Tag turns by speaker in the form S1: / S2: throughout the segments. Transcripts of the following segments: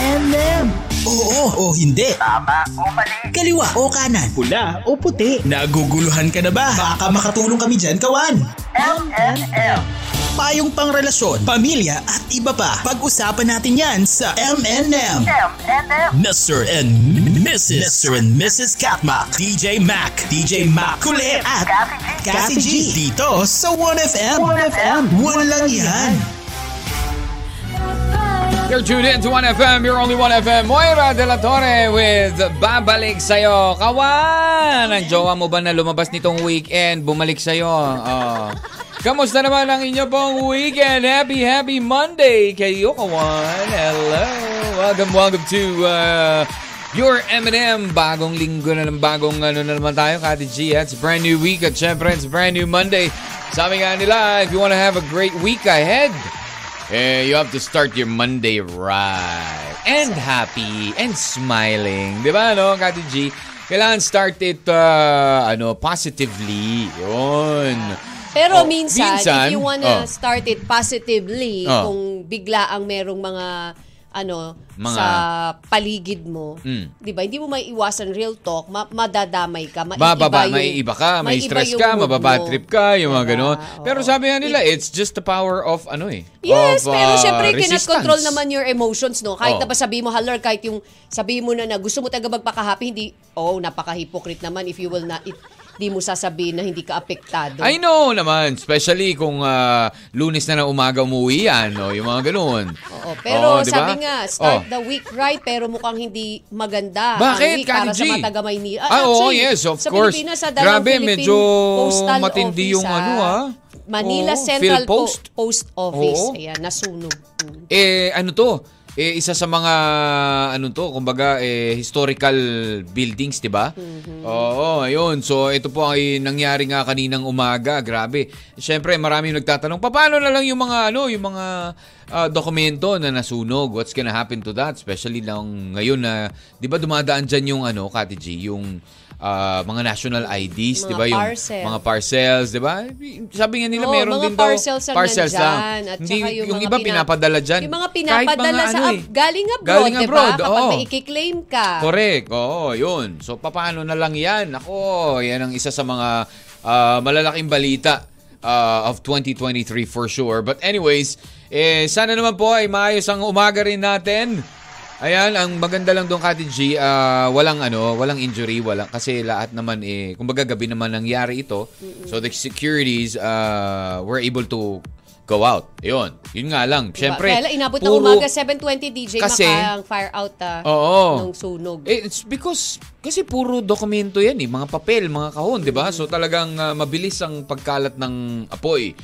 S1: M&M. Oo o hindi.
S2: Tama o mali.
S1: Kaliwa o kanan.
S3: Pula o puti.
S1: Naguguluhan ka na ba? Baka makatulong kami dyan, kawan.
S2: MNM.
S1: Payong pangrelasyon, pamilya at iba pa. Pag-usapan natin yan sa M&M.
S2: MNM.
S1: Mr. and Mrs. Mr. and Mrs. Katma. DJ Mac. DJ Mac. Kulit at
S2: Kathy G.
S1: Kathy G. Dito sa 1FM.
S3: 1FM.
S1: Walang yan.
S4: You're tuned in to 1FM, your only 1FM. Moira De La Torre with Babalik Sa'yo. Kawan! Ang jowa mo ba na lumabas nitong weekend? Bumalik sa'yo. Oh. Kamusta naman ang inyo pong weekend? Happy, happy Monday kayo, kawan. Hello. Welcome, welcome to uh, your M&M. Bagong linggo na ng bagong ano na naman tayo, Kati G. It's a brand new week at syempre, it's a brand new Monday. Sabi nga nila, if you want to have a great week ahead, eh, you have to start your Monday right. And happy and smiling. Di ba, no, Kati G? Kailangan start it, uh, ano, positively. Yun.
S5: Pero
S4: Oh,
S5: minsan,
S4: minsan,
S5: if you wanna
S4: oh.
S5: start it positively,
S4: Oh.
S5: kung bigla ang merong mga ano
S4: Mga-
S5: sa paligid mo,
S4: Mm.
S5: 'di ba? Hindi mo maiiwasan real talk, ma- madadamay ka, maiiba
S4: Bababa,
S5: yung-
S4: may iba ka, may
S5: maiiba
S4: stress
S5: yung
S4: ka,
S5: mood
S4: mababa
S5: mo.
S4: trip ka, yung mga
S5: Diba?
S4: ganun.
S5: Oo.
S4: Pero sabi nga nila, it's just the power of, ano eh,
S5: Yes,
S4: of,
S5: pero
S4: uh,
S5: syempre, you cannot
S4: resistance.
S5: control naman your emotions, no? Kahit
S4: Oh.
S5: na ba sabihin mo, halar, kahit yung sabihin mo na, na gusto mo talaga magpaka-happy, hindi, oh, napaka-hypocrite naman if you will not, it, di mo sasabihin na hindi ka apektado.
S4: I know naman, especially kung ah, lunes na ng umaga umuwi yan, no? yung mga ganun.
S5: Oo, pero
S4: Oo, di ba?
S5: sabi nga, start
S4: Oh.
S5: the week right, pero mukhang hindi maganda.
S4: Bakit,
S5: Ang week para
S4: Kati
S5: sa
S4: G?
S5: mga taga Maynila.
S4: Ah, oo,
S5: actually,
S4: yes, of
S5: sa
S4: course.
S5: Pilipinas, sa dalawang
S4: Grabe,
S5: Philippine
S4: medyo
S5: Postal
S4: matindi
S5: Office,
S4: yung ano, ah.
S5: Manila
S4: Oo,
S5: Central Po-
S4: Philpost.
S5: Post Office.
S4: Oo.
S5: Ayan, nasunog. Mm.
S4: Eh, ano to? Eh, isa sa mga, ano to, kumbaga, eh, historical buildings, di ba? Oo, ayun. So, ito po ay nangyari nga kaninang umaga. Grabe. Siyempre, maraming nagtatanong, paano na lang yung mga, ano, yung mga ah, dokumento na nasunog? What's gonna happen to that? Especially lang ngayon na, di ba dumadaan dyan yung, ano, Kati G, yung ah, mga national IDs,
S5: Mga
S4: di ba? Yung
S5: parcel.
S4: mga parcels, di ba? Sabi nga nila,
S5: Oo, Oh,
S4: meron
S5: mga
S4: din daw
S5: parcels ang nandyan. At
S4: Hindi,
S5: saka yung
S4: yung,
S5: mga
S4: iba
S5: pina-
S4: pinapadala dyan.
S5: Yung mga
S4: Kahit
S5: pinapadala
S4: mga
S5: sa
S4: ano
S5: ab-
S4: eh.
S5: galing abroad,
S4: Galing abroad,
S5: diba? Kapag
S4: oo.
S5: may ikiklaim ka.
S4: Correct. Oo, yun. So, paano na lang yan? Ako, yan ang isa sa mga ah, malalaking balita ah, of 2023 for sure. But anyways, eh, sana naman po ay maayos ang umaga rin natin. Ayan, ang maganda lang doon, Kati G, ah, walang ano, walang injury, walang, kasi lahat naman, eh, kumbaga gabi naman nangyari ito. So the securities ah, were able to go out. Yun, yun nga lang.
S5: Diba?
S4: Siyempre,
S5: Kaya inabot ng
S4: puro-
S5: umaga, 7.20 DJ,
S4: Kasi-
S5: maka ang fire out ah,
S4: Oo.
S5: ng sunog.
S4: Eh, It's because, kasi puro dokumento yan eh, mga papel, mga kahon, di ba? So talagang ah, mabilis ang pagkalat ng apoy.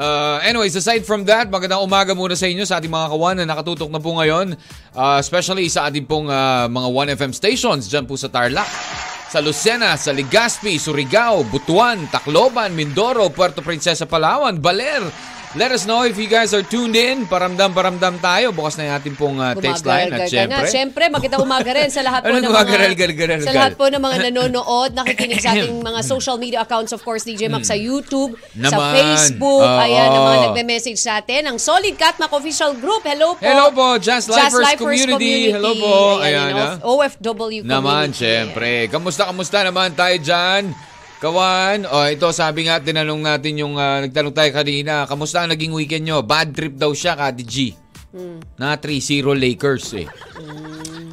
S4: Uh, anyways, aside from that, magandang umaga muna sa inyo sa ating mga kawan na nakatutok na po ngayon. Ah, especially sa ating pong ah, mga 1FM stations dyan po sa Tarlac, sa Lucena, sa Legazpi, Surigao, Butuan, Tacloban, Mindoro, Puerto Princesa, Palawan, Baler. Let us know if you guys are tuned in. Paramdam-paramdam tayo. Bukas na yung ating pong ah, text line
S5: Gumagaralgal ka na.
S4: at syempre.
S5: Siyempre, magandang umaga rin sa lahat po ng
S4: Anong
S5: mga
S4: gumagaralgal-garalgal?
S5: sa lahat po ng mga nanonood, nakikinig sa ating mga social media accounts of course DJ Max sa YouTube, sa
S4: Hmm. Naman.
S5: Facebook,
S4: Oo.
S5: ayan ang mga nagme-message sa atin, ang Solid Katmak Official Group. Hello po.
S4: Hello po, Oh, Just Lifers Community. Hello po. Ayan,
S5: Ayan,
S4: ah.
S5: of- OFW Community.
S4: Naman, syempre. Kamusta, kamusta naman tayo dyan? Kawan, oh, ito sabi nga, tinanong natin yung, ah, nagtanong tayo kanina, kamusta ang naging weekend nyo? Bad trip daw siya, Kati G. Na 3-0 Lakers eh.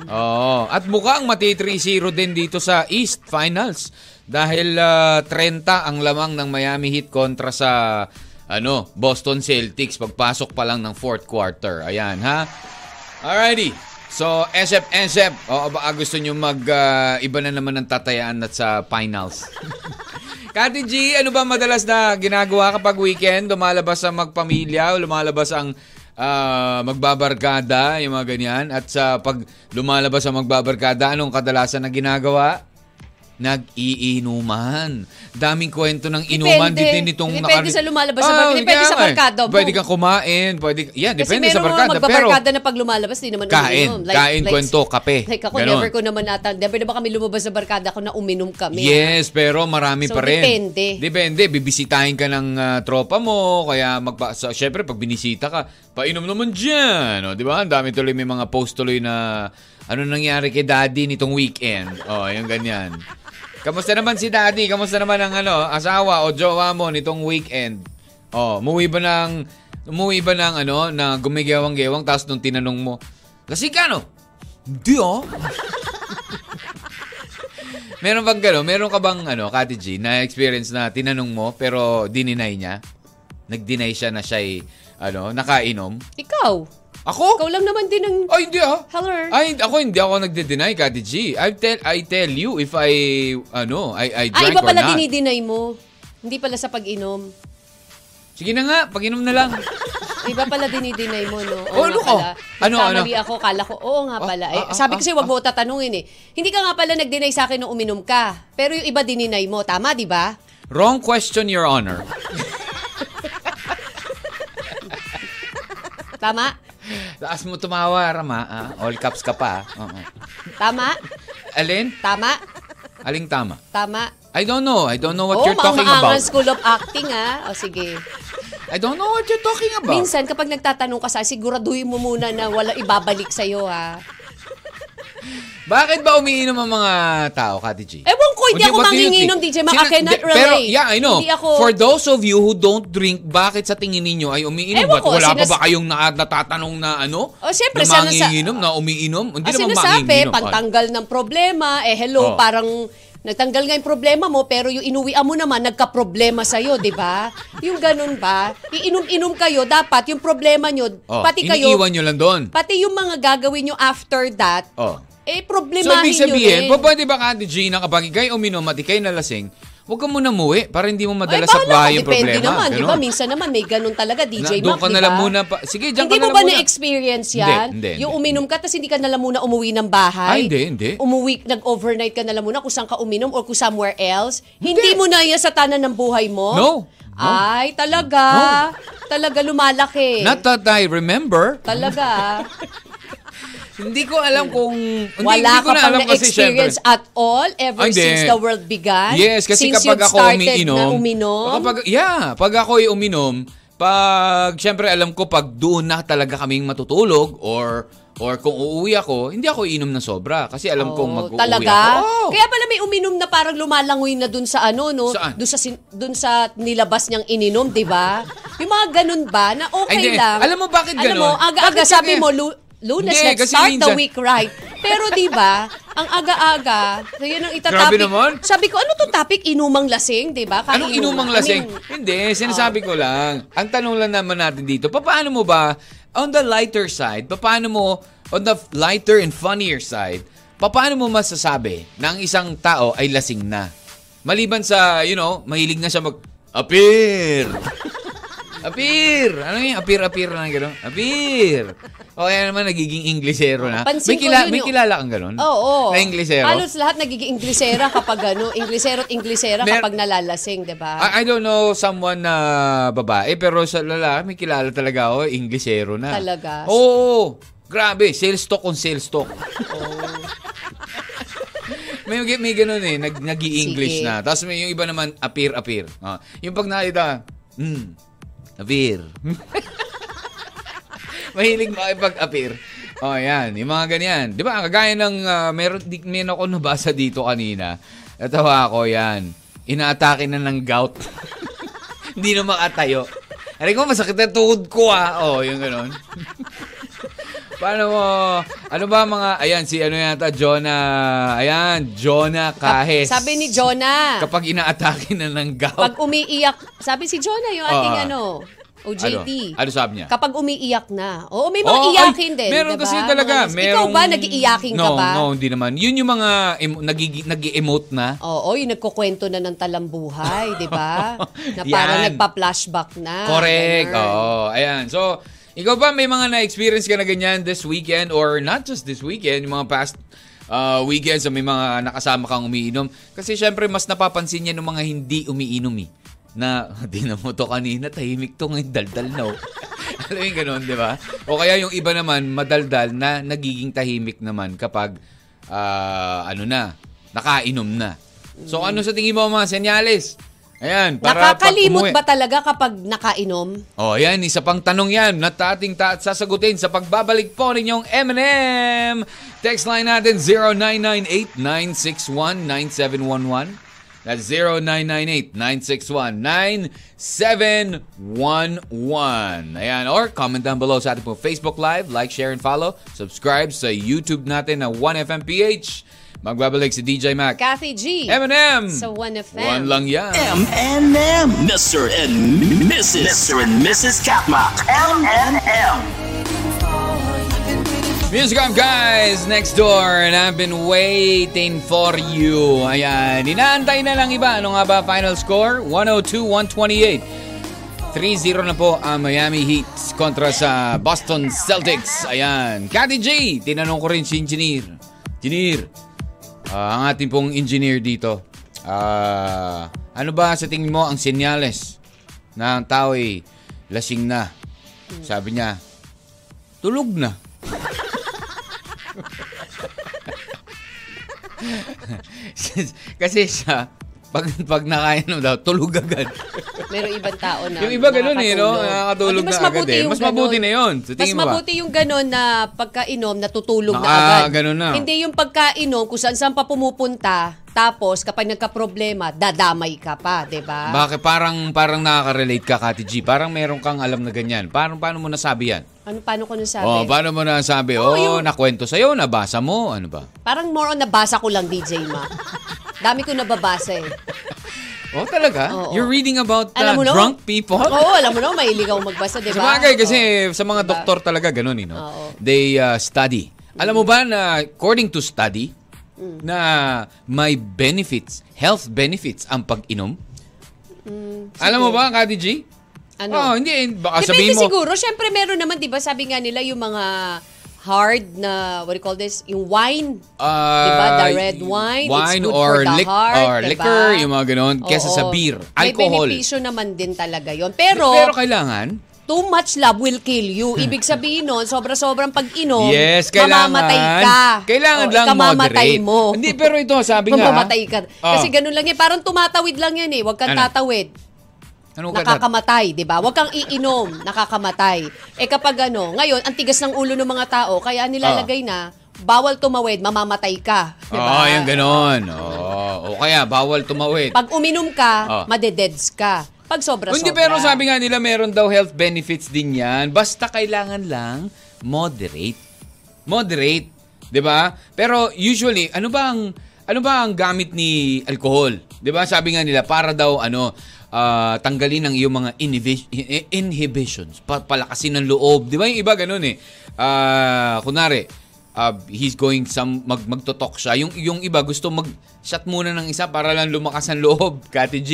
S4: Oo. At mukhang mati 3-0 din dito sa East Finals. Dahil ah, 30 ang lamang ng Miami Heat kontra sa ano Boston Celtics pagpasok pa lang ng fourth quarter. Ayan ha. Alrighty. So, SF, SF. O, baka gusto nyo mag, ah, iba na naman ng tatayaan at sa finals. Kati G, ano ba madalas na ginagawa kapag weekend? Lumalabas ang magpamilya, o lumalabas ang ah, magbabarkada, yung mga ganyan. At sa pag lumalabas ang magbabarkada, anong kadalasan na ginagawa? nag-iinuman. Daming kwento ng inuman
S5: Depende.
S4: din nitong
S5: Depende sa lumalabas sa barkada. Depende
S4: kaya
S5: sa
S4: nga eh.
S5: barkada mo.
S4: Pwede kang kumain. Pwede, yan,
S5: Kasi
S4: depende sa
S5: meron mga
S4: barkada. Pero
S5: magbabarkada na pag lumalabas, di naman
S4: Kain.
S5: uminom.
S4: Kain, kwento, kape.
S5: Like ako,
S4: Ganon.
S5: never ko naman ata, never naman kami lumabas sa barkada kung na uminom kami. ah.
S4: Yes, pero marami
S5: So,
S4: pa rin.
S5: depende.
S4: Depende. Bibisitahin ka ng ah, tropa mo, kaya magpa... So, syempre, pag binisita ka, painom naman dyan. O, di ba? Ang dami tuloy may mga post tuloy na ano nangyari kay daddy nitong weekend. O, yung ganyan. Kamusta naman si daddy? Kamusta naman ang ano, asawa o jowa mo nitong weekend? O, umuwi ba ng... Umuwi ba ng ano, na gumigewang-gewang tapos nung tinanong mo, Kasi kano? Hindi oh. Meron bang gano'n? Meron ka bang, ano, Kati G, na experience na tinanong mo pero dininay niya? Nag-deny siya na siya'y, ano, nakainom?
S5: Ikaw. Ikaw
S4: Ako?
S5: lang naman din ang...
S4: Ay, hindi ah.
S5: Hello.
S4: Ay, hindi- ako hindi ako nagde-deny, Kati G. I tell, I tell you if I, ano, I, I
S5: ah,
S4: drank
S5: iba
S4: or
S5: pala
S4: not.
S5: dinidinay mo. Hindi pala sa pag-inom.
S4: Sige na nga, pag-inom na lang.
S5: Iba pala dinidinay mo, no?
S4: Oh, ano ko? Ano,
S5: Nagkamali
S4: ano?
S5: ako, kala ko, oo nga pala.
S4: ah,
S5: eh,
S4: ah,
S5: sabi
S4: ah,
S5: kasi wag mo tatanungin eh. Hindi ka nga pala nag-deny sa akin nung uminom ka. Pero yung iba dininay mo, tama, di ba?
S4: Wrong question, Your Honor.
S5: Tama?
S4: Taas mo tumawa, Rama. ah. All caps ka pa. ah. Oo.
S5: Tama?
S4: Alin?
S5: Tama?
S4: Aling tama?
S5: Tama?
S4: I don't know. I don't know what
S5: Oo,
S4: you're talking
S5: maangangang
S4: about.
S5: school of acting, ah. O sige.
S4: I don't know what you're talking about.
S5: Minsan, kapag nagtatanong ka sa siguraduhin mo muna na wala ibabalik sa'yo, ha?
S4: Bakit ba umiinom ang mga tao, Kati G?
S5: Ewan ko, hindi ako
S4: what do you
S5: manginginom,
S4: think?
S5: DJ Mac. I
S4: Sina-
S5: cannot
S4: di- Pero,
S5: relate.
S4: yeah, I know.
S5: Hindi ako-
S4: For those of you who don't drink, bakit sa tingin ninyo ay umiinom?
S5: Ewan
S4: Ba't
S5: ko,
S4: wala
S5: sinas-
S4: pa ba kayong na, natatanong na ano?
S5: Oh, syempre,
S4: na
S5: sana sa-
S4: manginginom, na umiinom? Hindi
S5: Ang
S4: naman
S5: sinasabi,
S4: manginginom.
S5: pantanggal ng problema, eh hello,
S4: Oh.
S5: parang nagtanggal nga yung problema mo, pero yung inuwian mo naman, nagka-problema sa'yo, di ba? Yung ganun ba? Iinom-inom kayo, dapat yung problema nyo,
S4: Oh,
S5: pati kayo,
S4: Iniiwan nyo lang doon.
S5: pati yung mga gagawin nyo after that,
S4: Oh.
S5: eh
S4: So,
S5: problemahin
S4: ibig
S5: nyo rin.
S4: sabihin, pa, pwede ba, Kati G, na kapag ikay uminom at ikay nalasing, huwag ka muna muwi para hindi mo madala
S5: Ay,
S4: sa
S5: bahala
S4: bahay
S5: ka,
S4: yung
S5: depende
S4: problema.
S5: naman, di
S4: Ganun.
S5: ba? Minsan naman may ganun talaga, DJ
S4: Na-
S5: Mac,
S4: doon ka
S5: di
S4: na lang
S5: ba?
S4: muna pa- Sige, dyan
S5: hindi
S4: ka na
S5: mo
S4: lang
S5: ba
S4: muna.
S5: na-experience yan?
S4: Hindi, hindi,
S5: yung
S4: hindi.
S5: uminom ka, tapos hindi ka na lang muna umuwi ng bahay?
S4: Ay, hindi, hindi.
S5: Umuwi, nag-overnight ka na lang muna kung saan ka uminom or kung somewhere else? Hindi, mo na yan sa tanan ng buhay mo?
S4: No. No.
S5: Ay, talaga. Talaga lumalaki.
S4: Not that I remember.
S5: Talaga.
S4: Hindi ko alam kung... Hindi,
S5: Wala
S4: hindi ko
S5: ka
S4: na
S5: pang
S4: alam kasi syempre.
S5: na-experience at all ever
S4: Ay, hindi.
S5: since the world began?
S4: Yes, kasi
S5: since
S4: kapag
S5: you've
S4: ako
S5: started
S4: umiinom,
S5: na uminom?
S4: Kapag, yeah, pag ako ay uminom, pag syempre alam ko pag doon na talaga kaming matutulog or or kung uuwi ako, hindi ako iinom na sobra kasi alam kong
S5: Oh,
S4: mag-uuwi
S5: talaga?
S4: ako. Oh.
S5: Kaya pala may uminom na parang lumalangoy na dun sa ano, no?
S4: Saan?
S5: Dun sa, sin- dun sa nilabas niyang ininom, di ba? Yung mga ganun ba na
S4: Ay,
S5: okay
S4: hindi.
S5: lang.
S4: Alam mo bakit
S5: Alam
S4: ganun?
S5: mo, aga-aga
S4: Bakit
S5: sabi
S4: ganun?
S5: mo, lu- lunes,
S4: Hindi,
S5: let's
S4: kasi
S5: start the
S4: minsan-
S5: week right. Pero di ba, ang aga-aga, so yun ang itatopic.
S4: Grabe naman.
S5: Sabi ko, ano to topic? Inumang lasing, di ba? Kainuman.
S4: Anong inumang
S5: I
S4: lasing?
S5: mean, oh.
S4: Hindi, sinasabi ko lang. Ang tanong lang naman natin dito, paano mo ba, on the lighter side, paano mo, on the lighter and funnier side, paano mo masasabi na ang isang tao ay lasing na? Maliban sa, you know, mahilig na siya mag, appear! Appear! Ano yun? Appear, appear na gano'n? Appear! O kaya naman nagiging Inglesero na.
S5: Pansin
S4: may,
S5: ko yun
S4: may
S5: yung-
S4: kilala kang gano'n?
S5: Oo.
S4: Na Inglesero?
S5: Halos lahat nagiging Inglesera kapag ano, Inglesero at Inglesera
S4: Mer- Ah,
S5: kapag nalalasing, di ba?
S4: I, I don't know someone na babae, pero sa lalaki, may kilala talaga ako, Inglesero na.
S5: Talaga?
S4: Oo. oo. grabe, sales talk on sales talk. may, may ganun eh, nag, nag-i-English
S5: Sige.
S4: na. Tapos may yung iba naman, appear, appear. Ah, yung pag nakita, hmm, appear. Mahilig makipag-appear. Oh, yan. Yung mga ganyan. Di ba, kagaya ng ah, meron, di, meron ako nabasa dito kanina. Natawa ako, yan. Inaatake na ng gout. Hindi na makatayo. Aray ko, masakit na tuhod ko ah. Oh, yung ganun. Paano mo? Ano ba mga, ayan, si ano yata, Jonah. Ayan, Jonah Kahes.
S5: Sabi ni Jonah.
S4: Kapag inaatake na ng gout.
S5: Pag umiiyak, sabi si Jonah yung ating
S4: Ah.
S5: ano, OJT.
S4: Ano? Ano sabi niya?
S5: Kapag umiiyak na. Oo, may mga
S4: Oo,
S5: iyakin
S4: ay,
S5: din.
S4: Meron
S5: diba?
S4: kasi talaga.
S5: Mga-
S4: Merong,
S5: Ikaw ba, nag-iiyakin
S4: no,
S5: ka ba?
S4: No, hindi naman. Yun yung mga em- nagigi- nag-emote na.
S5: Oo, yung nagkukwento na ng talambuhay, di ba? Na parang
S4: Yan.
S5: nagpa-flashback na.
S4: Correct.
S5: Ganun.
S4: Oo, ayan. So, ikaw ba may mga na-experience ka na ganyan this weekend or not just this weekend, yung mga past ah, weekends o may mga nakasama kang umiinom. Kasi syempre, mas napapansin niya ng mga hindi umiinom eh. Na, di na mo to kanina, tahimik to ngayon, daldal na. oh." Alam mo yung ganun, di ba? O kaya yung iba naman, madaldal na nagiging tahimik naman kapag, ah, ano na, nakainom na. So ano sa tingin mo mga senyales? Ayan, para pag
S5: Nakakalimot
S4: umuwi-
S5: ba talaga kapag nakainom?
S4: Oh, yan, isa pang tanong yan na ating ta- sasagutin sa pagbabalik po ninyong M&M. Text line natin 0998-961-9711. That's 0998-961-9711. Ayan, or comment down below sa ating pong Facebook Live. Like, share, and follow. Subscribe sa YouTube natin na 1FMPH. Magbabalik si DJ Mac.
S5: Kathy G.
S4: M&M!
S5: Sa 1FM.
S4: One lang yan.
S1: M and M. Mr. and Mrs. Mr. and Mrs. Katmak.
S2: M and M.
S4: Music Up Guys, next door, and I've been waiting for you. Ayan, inaantay na lang iba. Ano nga ba final score? 102-128. 3-0 na po ang Miami Heat kontra sa Boston Celtics. Ayan, Kati J, tinanong ko rin si Engineer. Engineer, ah, ang ating pong engineer dito. Ah, ano ba sa tingin mo ang senyales na ang tao ay lasing na? Sabi niya, tulog na. Kasi siya, pag, pag nakainom daw, tulog agad.
S5: Meron ibang tao na
S4: Yung iba ganun eh, no? Nakakatulog
S5: Hindi, mas
S4: na agad
S5: mabuti
S4: eh.
S5: yung
S4: Mas mabuti
S5: ganun.
S4: na yun. Sa
S5: mas
S4: tingin mo ba?
S5: mabuti yung ganun na pagkainom, natutulog na
S4: Naka-
S5: agad.
S4: ganun na.
S5: Hindi yung pagkainom, kung saan-saan pa pumupunta, tapos kapag nagka-problema, dadamay ka pa, di ba?
S4: Bakit parang parang nakaka-relate ka Kati G? Parang meron kang alam na ganyan. Parang paano mo nasabi yan?
S5: Ano, paano ko nasabi?
S4: Oh, paano mo nasabi? Oh,
S5: yung-
S4: nakwento sa iyo, nabasa mo, ano ba?
S5: Parang more on nabasa ko lang, DJ Ma. Dami ko nababasa eh.
S4: Oh, talaga?
S5: Oo.
S4: You're reading about uh,
S5: Alam mo na,
S4: drunk people?
S5: Oo, alam mo na, mahilig ako magbasa, di ba?
S4: Sabagay, kasi
S5: Diba? Oo.
S4: sa mga
S5: Diba?
S4: doktor talaga ganun, eh, no?
S5: Oo.
S4: They uh, study. Alam mo ba na according to study,
S5: Mm.
S4: na may benefits, health benefits ang pag-inom? Alam mo ba, Kati G?
S5: Mm, Ano?
S4: Oh, hindi. eh, Baka
S5: Depende
S4: sabihin mo,
S5: siguro. Siyempre, meron naman, di ba, sabi nga nila, yung mga hard na, what do you call this, yung wine.
S4: ah,
S5: Diba, the red wine, it's good
S4: or
S5: for the
S4: lic-
S5: heart,
S4: or
S5: diba?
S4: liquor, yung mga ganun, kesa
S5: Oo.
S4: sa beer,
S5: May
S4: alcohol.
S5: benepisyo naman din talaga yon Pero,
S4: Pero kailangan,
S5: too much love will kill you. Ibig sabihin nun, sobra-sobrang pag-inom,
S4: Yes, kailangan.
S5: oh, mamamatay ka.
S4: Kailangan
S5: O,
S4: lang
S5: ikamamatay
S4: moderate.
S5: mo.
S4: Hindi, pero ito, sabi nga.
S5: Mamamatay ka.
S4: Oh.
S5: Kasi ganun lang yan. Parang tumatawid lang yan eh. Huwag kang
S4: Ano?
S5: tatawid.
S4: ano ka dat-
S5: nakakamatay, 'di ba? Huwag kang iinom, nakakamatay. Eh kapag ano, ngayon ang tigas ng ulo ng mga tao, kaya nilalagay na bawal tumawid, mamamatay ka, diba? 'di ba?
S4: Ah. Oo, Ah, yung ganon. Oo. O kaya, bawal tumawid.
S5: Pag uminom
S4: Oh.
S5: ka, madededs ka. Pag sobra
S4: Hindi, pero sabi nga nila, meron daw health benefits din yan. Basta kailangan lang moderate. Moderate. 'di ba? Pero usually, ano ba ang, ano ba ang gamit ni alcohol? 'Di ba Sabi nga nila, para daw, ano, ah, tanggalin ang iyong mga inhibi- eh, inhibitions. Pa- palakasin ng loob. 'Di ba Yung iba ganun eh. Ah, kunwari, uh, he's going some mag magtotalk siya. Yung yung iba gusto mag shot muna ng isa para lang lumakas ang loob, Kati G.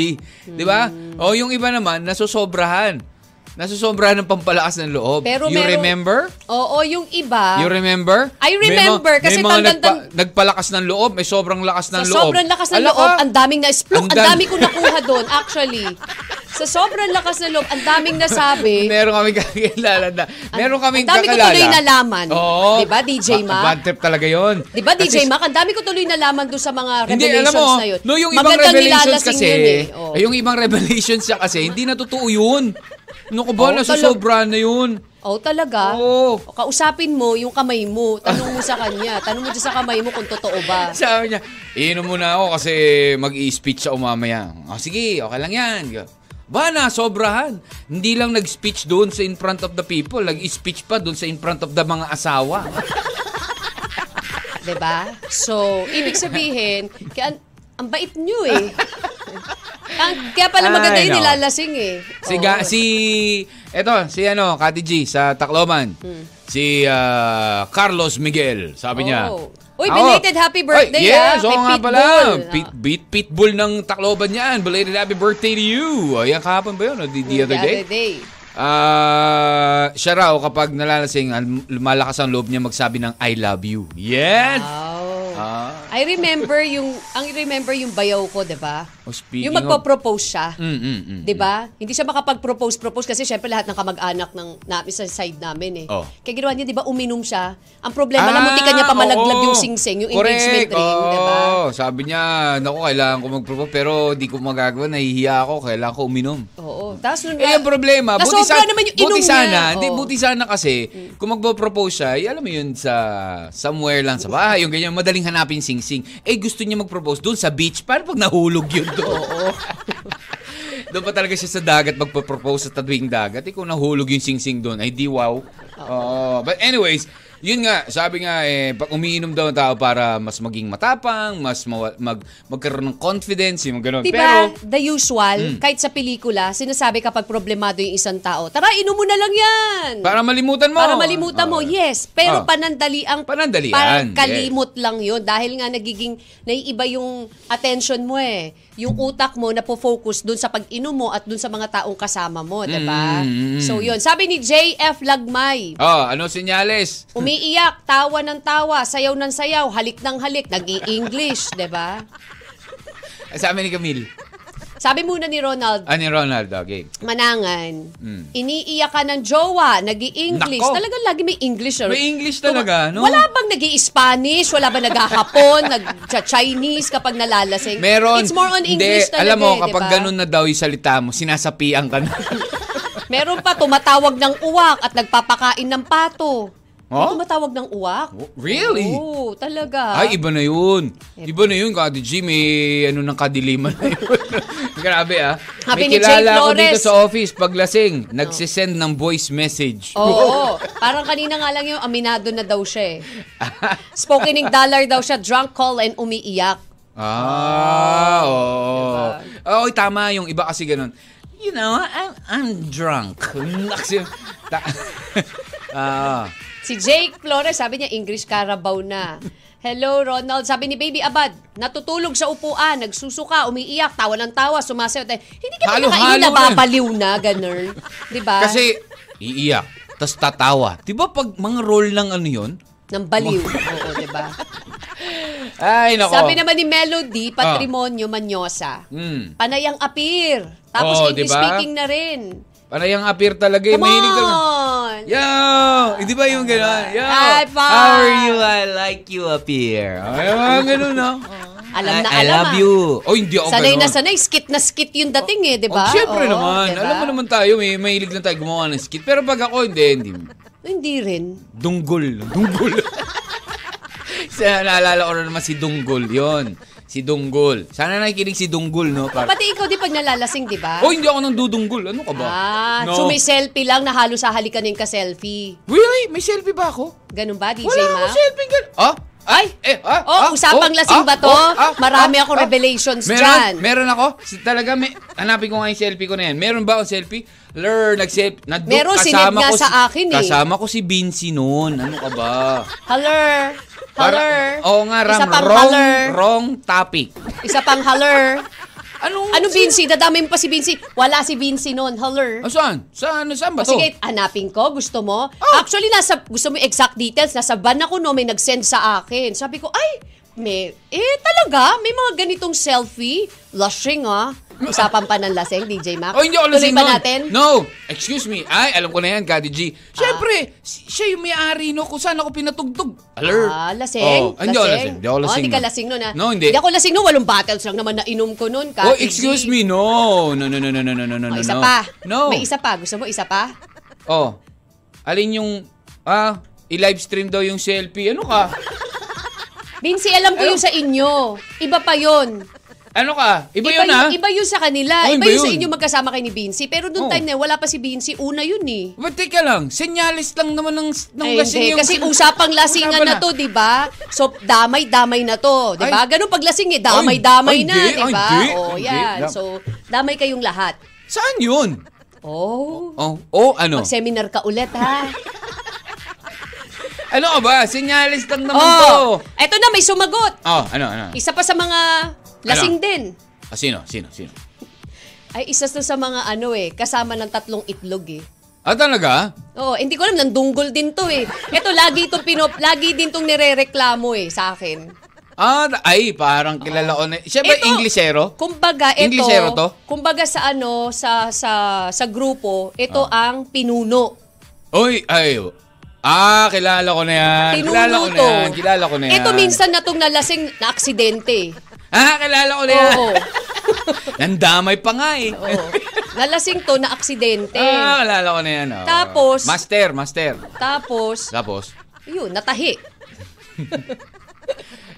S4: 'Di ba?
S5: Hmm.
S4: O yung iba naman nasusobrahan. Nasusobrahan ng pampalakas ng loob.
S5: Pero
S4: you
S5: meron-
S4: remember?
S5: Oo, yung iba.
S4: You remember?
S5: I
S4: May
S5: remember,
S4: mga-
S5: kasi
S4: may mga
S5: tandan-
S4: nagpa- nagpalakas ng loob, may sobrang lakas ng
S5: sa
S4: loob.
S5: sobrang lakas ng
S4: Ala
S5: loob,
S4: ka!
S5: ang daming na spluk,
S4: Ang
S5: ang
S4: dam-
S5: dami ko nakuha doon actually. Sa sobrang lakas ng loob, ang daming nasabi.
S4: Meron kami kakilala na. Meron
S5: Ang-
S4: kaming
S5: ang dami ko
S4: kakilala.
S5: tuloy nalaman.
S4: Oo.
S5: Di ba, DJ Ma?
S4: Ba- Bad trip talaga yon.
S5: Di ba, DJ
S4: Kasi-
S5: Mac? Ang dami ko tuloy nalaman doon sa mga
S4: Hindi,
S5: revelations
S4: alam mo,
S5: na yun.
S4: no, yung ibang
S5: Magandang
S4: revelations
S5: nilalasing
S4: kasi,
S5: yun eh. Oo.
S4: ay, yung ibang revelations siya kasi, hindi na totoo yun. Ano ko ba,
S5: Oo,
S4: nasusobra na yun.
S5: Oh, talaga?
S4: Oo.
S5: O, Kausapin mo yung kamay mo. Tanong mo sa kanya. Tanong mo dyan sa kamay mo kung totoo ba.
S4: Sabi niya, iinom muna ako kasi mag-i-speech ako mamaya. O sige, okay lang yan. Ba na, sobrahan. Hindi lang nag-speech doon sa in front of the people, nag-speech pa doon sa in front of the mga asawa.
S5: 'Di ba? Diba? So, ibig sabihin, kaya, ang bait nyo eh. Ang- kaya pala maganda
S4: Ay,
S5: yun,
S4: nako.
S5: nilalasing eh.
S4: Si,
S5: Oo.
S4: ga, si, eto, si ano, Kati G, sa Tacloman.
S5: Hmm.
S4: Si ah, Carlos Miguel, sabi niya.
S5: Oh. Uy,
S4: Ako-
S5: belated happy birthday,
S4: Ay, yes,
S5: ah,
S4: oo
S5: kay
S4: nga
S5: Pitbull.
S4: pala.
S5: Ah.
S4: Pit, beat Pitbull ng Tacloban yan. Belated happy birthday to you. Ayan, kahapon ba yun? O, the, the other day? Ah, siya ah, raw kapag nalalasing, al- lumalakas ang loob niya magsabi ng I love you. Yes!
S5: Wow. Oh.
S4: Ah.
S5: I remember yung, ang remember yung bayaw ko, di ba?
S4: Oh, speaking
S5: yung magpo-propose siya.
S4: Mm, mm, mm,
S5: Di ba? Hindi siya makapag-propose-propose kasi syempre lahat ng kamag-anak ng namin sa side namin eh.
S4: Oh. Ah,
S5: Kaya ginawa niya, di ba, uminom siya. Ang problema lang, munti kanya pa malaglag
S4: oo.
S5: yung singsing, yung engagement
S4: Correct, Oh.
S5: ring, di ba?
S4: oo. Sabi niya, naku, kailangan ko mag-propose pero di ko magagawa, nahihiya ako, kailangan ko uminom.
S5: Oo. Tapos nun,
S4: Eh, yung problema, buti,
S5: nasobra
S4: sa,
S5: naman yung inom
S4: buti
S5: niya.
S4: sana, di,
S5: Oo.
S4: buti sana kasi, kung magpo-propose siya, eh, alam mo yun sa somewhere lang sa bahay, yung ganyan, madaling hanapin sing-sing. Eh, gusto niya mag-propose doon sa beach, paano pag nahulog yun doon? doon pa talaga siya sa dagat magpo-propose sa tadwing dagat. Eh, kung nahulog yung sing-sing doon, ay di wow. Oo. But anyways, yun nga, sabi nga, eh, pag umiinom daw ang tao para mas maging matapang, mas mawa- mag, magkaroon ng confidence, yung ganun.
S5: Diba,
S4: Pero, Hmm.
S5: the usual, kahit sa pelikula, sinasabi kapag problemado yung isang tao, tara, inom mo na lang yan!
S4: para malimutan mo.
S5: Para malimutan mo,
S4: Oo.
S5: yes. Pero
S4: Oo.
S5: panandali ang
S4: Ah. Panandalian,
S5: parang
S4: yes.
S5: kalimot lang yun. Dahil nga nagiging, naiiba yung attention mo eh. Yung utak mo na po-focus dun sa pag-inom mo at dun sa mga taong kasama mo, di ba?
S4: Mm, mm,
S5: So yun, sabi ni JF Lagmay,
S4: Oh, ano senyales?
S5: umiiyak, tawa ng tawa, sayaw ng sayaw, halik ng halik, nag-i-English, di ba?
S4: Sa amin ni Camille.
S5: Sabi muna ni Ronald,
S4: Ani Ronald, okay.
S5: Manangan.
S4: Mm.
S5: Iniiyak ka ng jowa, nag-i-English.
S4: Nako.
S5: Talagang lagi may English. ah.
S4: May English talaga, no?
S5: Wala bang nag spanish Wala ba nag-Hapon? Nag-Chinese kapag nalalasing?
S4: Meron.
S5: It's more on
S4: Hindi,
S5: English talaga.
S4: Alam mo,
S5: eh, di
S4: kapag
S5: ba? Diba?
S4: ganun na daw yung salita mo, sinasapian ka na.
S5: Meron pa, tumatawag ng uwak at nagpapakain ng pato.
S4: Huh? Oh,
S5: Tumatawag ng uwak.
S4: Really?
S5: Oo, talaga.
S4: Ay, iba na yun.
S5: Diba?
S4: Iba na yun, Kati G. May ano ng kadiliman na yun. Grabe, ah.
S5: Sabi
S4: May
S5: ni Jake
S4: kilala ako dito
S5: Flores.
S4: sa office, paglasing, nagsisend ng voice message.
S5: Oh. Oo. parang kanina nga lang yung aminado na daw siya eh. Spoken in dollar daw siya, drunk call and umiiyak.
S4: Ah, oo.
S5: diba?
S4: Oo, tama yung iba kasi ganun. You know, I'm, I'm drunk. Kasi, ta- ah,
S5: Si Jake Flores, sabi niya, English Carabao na. Hello, Ronald. Sabi ni Baby Abad, natutulog sa upuan, nagsusuka, umiiyak, tawa ng tawa, sumasayaw. tayo. Hindi ka ba
S4: Halo-halo
S5: nakainin
S4: na.
S5: na babaliw na, ganun? Diba? Di ba?
S4: Kasi, iiyak, tas tatawa. Di ba pag mga role lang ano yun?
S5: Nang baliw. Oo, di ba?
S4: Ay, nako.
S5: Sabi naman ni Melody, Patrimonio Manyosa.
S4: Ah. Hmm. Oh,
S5: Panay ang apir. Tapos
S4: Oo,
S5: English
S4: di ba?
S5: speaking na rin.
S4: Para yung appear talaga. eh.
S5: Come
S4: Mahilig talaga.
S5: on!
S4: Yo! Eh, di ba yung gano'n? Yo!
S5: High five!
S4: How are you? I like you appear. Ay, mga gano'n, no?
S5: Alam na
S4: I, I
S5: alam,
S4: love
S5: ah.
S4: you. Oh, hindi ako
S5: sanay na
S4: gano'n.
S5: sanay, skit na skit yung dating eh, di ba?
S4: Oh, syempre
S5: Oo, diba?
S4: naman.
S5: di ba?
S4: Alam mo naman tayo, may mahilig lang tayo gumawa ng skit. Pero pag ako, hindi, hindi.
S5: Hindi rin.
S4: Dunggol. Dunggol. Sana naalala ko na naman si Dunggol. Yon. Si Dunggol. Sana nakikinig si Dunggol, no? Para...
S5: Pati ikaw di pag nalalasing, di ba?
S4: Oh, hindi ako nang dudunggol. Ano ka ba?
S5: Ah, so may selfie lang na halos sa halikanin ka selfie.
S4: Really? May selfie ba ako?
S5: Ganun ba, DJ
S4: Wala
S5: Ma?
S4: akong selfie. Gan- ah? Ay, eh, ah,
S5: Oh,
S4: ah,
S5: usapang
S4: oh,
S5: lasing
S4: ah,
S5: ba to?
S4: oh, ah,
S5: Marami
S4: ah,
S5: akong
S4: ah.
S5: revelations
S4: meron,
S5: dyan.
S4: Meron ako. Si- Talaga, may, hanapin ko nga yung selfie ko na yan. Meron ba akong selfie? Lur, nag-selfie. Nadu-
S5: Meron, sinend nga sa akin eh.
S4: Kasama ko si Vinci noon. Ano ka ba?
S5: Haller. Haller.
S4: Para- Oo nga, Ram.
S5: Isa pang
S4: wrong,
S5: haller.
S4: wrong topic.
S5: Isa pang haller.
S4: Anong...
S5: Ano Vinci? Dadami mo pa si Vinci. Wala si Vinci noon. Haller.
S4: Ah, saan? Saan? Saan ba
S5: O Oh,
S4: to? Oh!
S5: sige, hanapin ko. Gusto mo? Actually, nasa, gusto mo yung exact details. Nasa van ako no, may nag-send sa akin. Sabi ko, ay, may, eh talaga, may mga ganitong selfie. Lashing ah. Usapan pa ng laseng, DJ Mac.
S4: Oh, hindi ako lasing
S5: Ah, Tuloy ba
S4: nun.
S5: natin?
S4: No. Excuse me. Ay, alam ko na yan, Kati G.
S5: Ah.
S4: Siyempre, si- siya yung may-ari, no? Kung saan ako pinatugtog. Alert.
S5: Ah, lasing?
S4: Oh, hindi ako lasing. Hindi ako
S5: Oh,
S4: lasing.
S5: hindi ka
S4: nun.
S5: lasing nun, ah.
S4: No, hindi.
S5: ako lasing nun. Walong battles lang naman na inom ko nun, Kati
S4: Oh, excuse
S5: G.
S4: me. No. No, no, no, no, no, no, no, no.
S5: Oh, isa
S4: no.
S5: pa.
S4: No.
S5: May isa pa. Gusto mo isa pa?
S4: Oh. Alin yung... Ah, i-livestream daw yung selfie. Ano ka?
S5: Vinci, alam ko
S4: Ano?
S5: yun sa inyo. Iba pa yun.
S4: Ano ka? Iba,
S5: iba
S4: yun, ah.
S5: Iba yun sa kanila.
S4: Oh,
S5: iba
S4: iba
S5: yun sa
S4: yun.
S5: inyo magkasama kay ni Vinci. Pero nung
S4: Oh.
S5: time na yun, wala pa si Vinci. Una yun eh.
S4: But teka lang, senyalis lang naman ng, ng
S5: Ay,
S4: lasing
S5: hindi.
S4: yung...
S5: Kasi usapang lasingan
S4: Usapan
S5: na to, di ba? So, damay-damay na to, di ba?
S4: Ay.
S5: Ganun pag lasing eh, damay-damay
S4: Ay,
S5: na,
S4: hindi,
S5: di ba?
S4: ay, hindi,
S5: Oh,
S4: hindi.
S5: yan.
S4: Dam-
S5: So, damay kayong lahat.
S4: Saan yun?
S5: Oh.
S4: Oh, oh ano?
S5: Mag-seminar ka ulit, ha?
S4: Ano ka ba? Senyalis lang naman
S5: oh,
S4: to.
S5: eto na, may sumagot.
S4: Oh, ano, ano?
S5: Isa pa sa mga lasing din.
S4: Ah, sino? Sino? Sino?
S5: Ay, isa to sa mga ano eh, kasama ng tatlong itlog eh.
S4: Ah, talaga?
S5: Oo, hindi ko alam, nandunggol din to eh. Eto, lagi itong pinop, lagi din itong nirereklamo eh sa akin.
S4: Ah, ay, parang kilala ko na. Siya ba
S5: Ito,
S4: Inglesero?
S5: Kumbaga, ito,
S4: Inglesero to?
S5: kumbaga sa ano, sa, sa, sa grupo,
S4: Oh.
S5: ito ang pinuno.
S4: Uy, ay. Ah, kilala ko na yan. Ah, kilala ko
S5: Pinuno
S4: na
S5: to.
S4: yan. Kilala ko na yan.
S5: Ito minsan na tong nalasing na aksidente.
S4: Ah, kilala ko na yan.
S5: Oo.
S4: Nandamay pa nga eh.
S5: Oo. Nalasing to na aksidente.
S4: Ah, kilala ko na yan. oo.
S5: Tapos-
S4: Master, master.
S5: Tapos,
S4: Tapos?
S5: yun, natahi.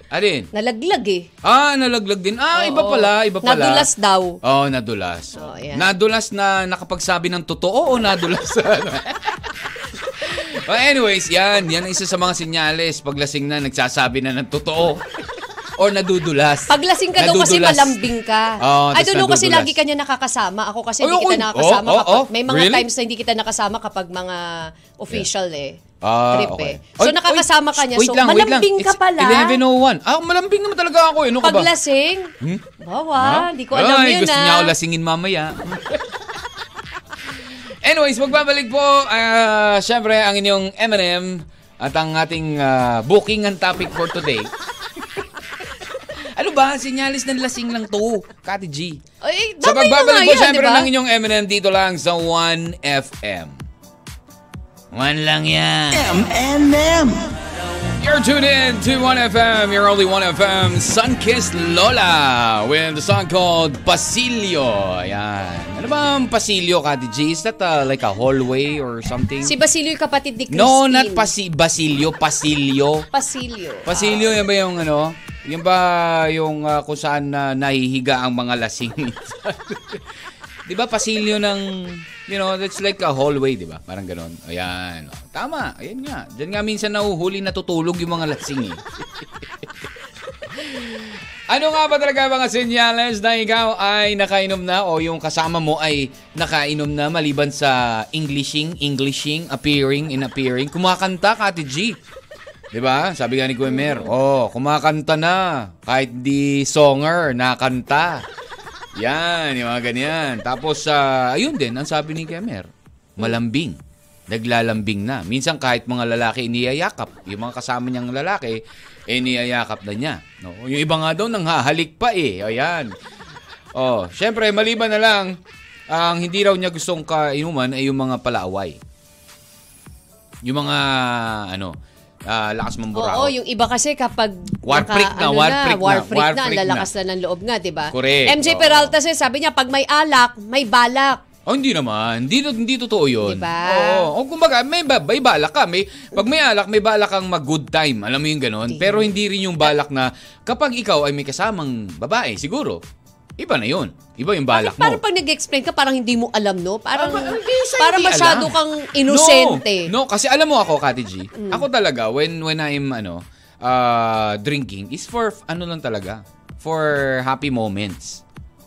S4: Alin?
S5: Nalaglag eh.
S4: Ah, nalaglag din.
S5: Oo.
S4: Ah, iba pala, iba pala.
S5: Nadulas daw.
S4: Oo, oh, nadulas.
S5: Oo, yan.
S4: Nadulas na nakapagsabi ng totoo o nadulas? Ano? Well, anyways, yan. Yan ang isa sa mga senyales. Paglasing na, nagsasabi na ng totoo. Or nadudulas.
S5: Paglasing ka daw kasi
S4: Nadudulas.
S5: malambing ka.
S4: Oo,
S5: I
S4: tas
S5: don't know kasi
S4: nadudulas.
S5: lagi ka niya nakakasama. Ako kasi
S4: Ay,
S5: hindi kita
S4: ako-
S5: nakakasama.
S4: oo,
S5: kapag,
S4: oo.
S5: may mga
S4: Really?
S5: times na hindi kita nakasama kapag mga official eh.
S4: Ah,
S5: Trip
S4: okay.
S5: eh. So
S4: Oy,
S5: nakakasama
S4: oy,
S5: ka niya.
S4: wait
S5: So
S4: lang, wait lang.
S5: malambing ka
S4: It's
S5: pala.
S4: 11.01. Ah, malambing naman talaga ako. eh. Ano ka ba? Hmm?
S5: Paglasing? Bawa, hindi ko alam
S4: Ay,
S5: yun
S4: gusto
S5: ah.
S4: niya ako lasingin mamaya. Anyways, magbabalik po. ah, Siyempre, ang inyong M&M at ang ating ah, booking and topic for today. ano ba? Sinyalis ng lasing lang to, Kati G.
S5: Ay,
S4: So,
S5: babay na nga
S4: pagbabalik po
S5: yan, di
S4: siyempre
S5: ba?
S4: ng inyong M&M dito lang sa 1FM. One lang yan.
S1: M&M.
S4: You're tuned in to 1FM, your only 1FM, Sunkissed Lola, with the song called Pasilio. Ayan. Ano ba ang pasilio, Kati G? Is that uh, like a hallway or something?
S5: Si Basilio yung kapatid ni Christine.
S4: no, not pasi basilio, pasilio.
S5: Basilio.
S4: Pasilio, yan ba yung ano? Yan ba yung uh, kung saan na nahihiga ang mga lasing? di ba pasilyo ng, you know, that's like a hallway, di ba? Parang ganon. Ayan. O, Tama. Ayan nga. Diyan nga minsan nahuhuli natutulog yung mga lasing eh. Ano nga ba talaga mga senyales na ikaw ay nakainom na o yung kasama mo ay nakainom na maliban sa Englishing, Englishing, appearing, in appearing? Kumakanta, Kati G. Di ba? Sabi nga ni Kuya Mer, oh, kumakanta na. Kahit di songer, nakanta. Yan, yung mga ganyan. Tapos, sa ayun din, ang sabi ni Kuya Mer, malambing. Naglalambing na. Minsan kahit mga lalaki iniyayakap. Yung mga kasama niyang lalaki, eh, iniyayakap na niya. No? Yung iba nga daw, nanghahalik pa eh. Ayan. Oh, syempre, maliban na lang, ang hindi raw niya gustong kainuman ay yung mga palaaway. Yung mga, ano, ah, lakas mamburao.
S5: Oo, yung iba kasi kapag
S4: War freak na, war freak na,
S5: war freak
S4: war
S5: na, ang
S4: freak
S5: lalakas
S4: na.
S5: na. ng loob nga, di ba?
S4: Correct,
S5: MJ
S4: oo.
S5: Peralta siya, sabi niya, pag may alak, may balak.
S4: Oh, hindi naman. Hindi, hindi totoo yun.
S5: Diba?
S4: Oo. O kumbaga, may, ba, may balak ka. May, pag may alak, may balak kang mag-good time. Alam mo yung ganun? Pero hindi rin yung balak na kapag ikaw ay may kasamang babae, siguro, iba na yun. Iba yung balak mo.
S5: Parang pag nag-explain ka, parang hindi mo alam, no? Parang,
S4: Ah, ba- hindi siya
S5: parang
S4: hindi
S5: masyado
S4: alam.
S5: kang inosente.
S4: No, no, kasi alam mo ako, Kati G, ako talaga, when, when I'm, ano, uh, drinking, is for, ano lang talaga, for happy moments.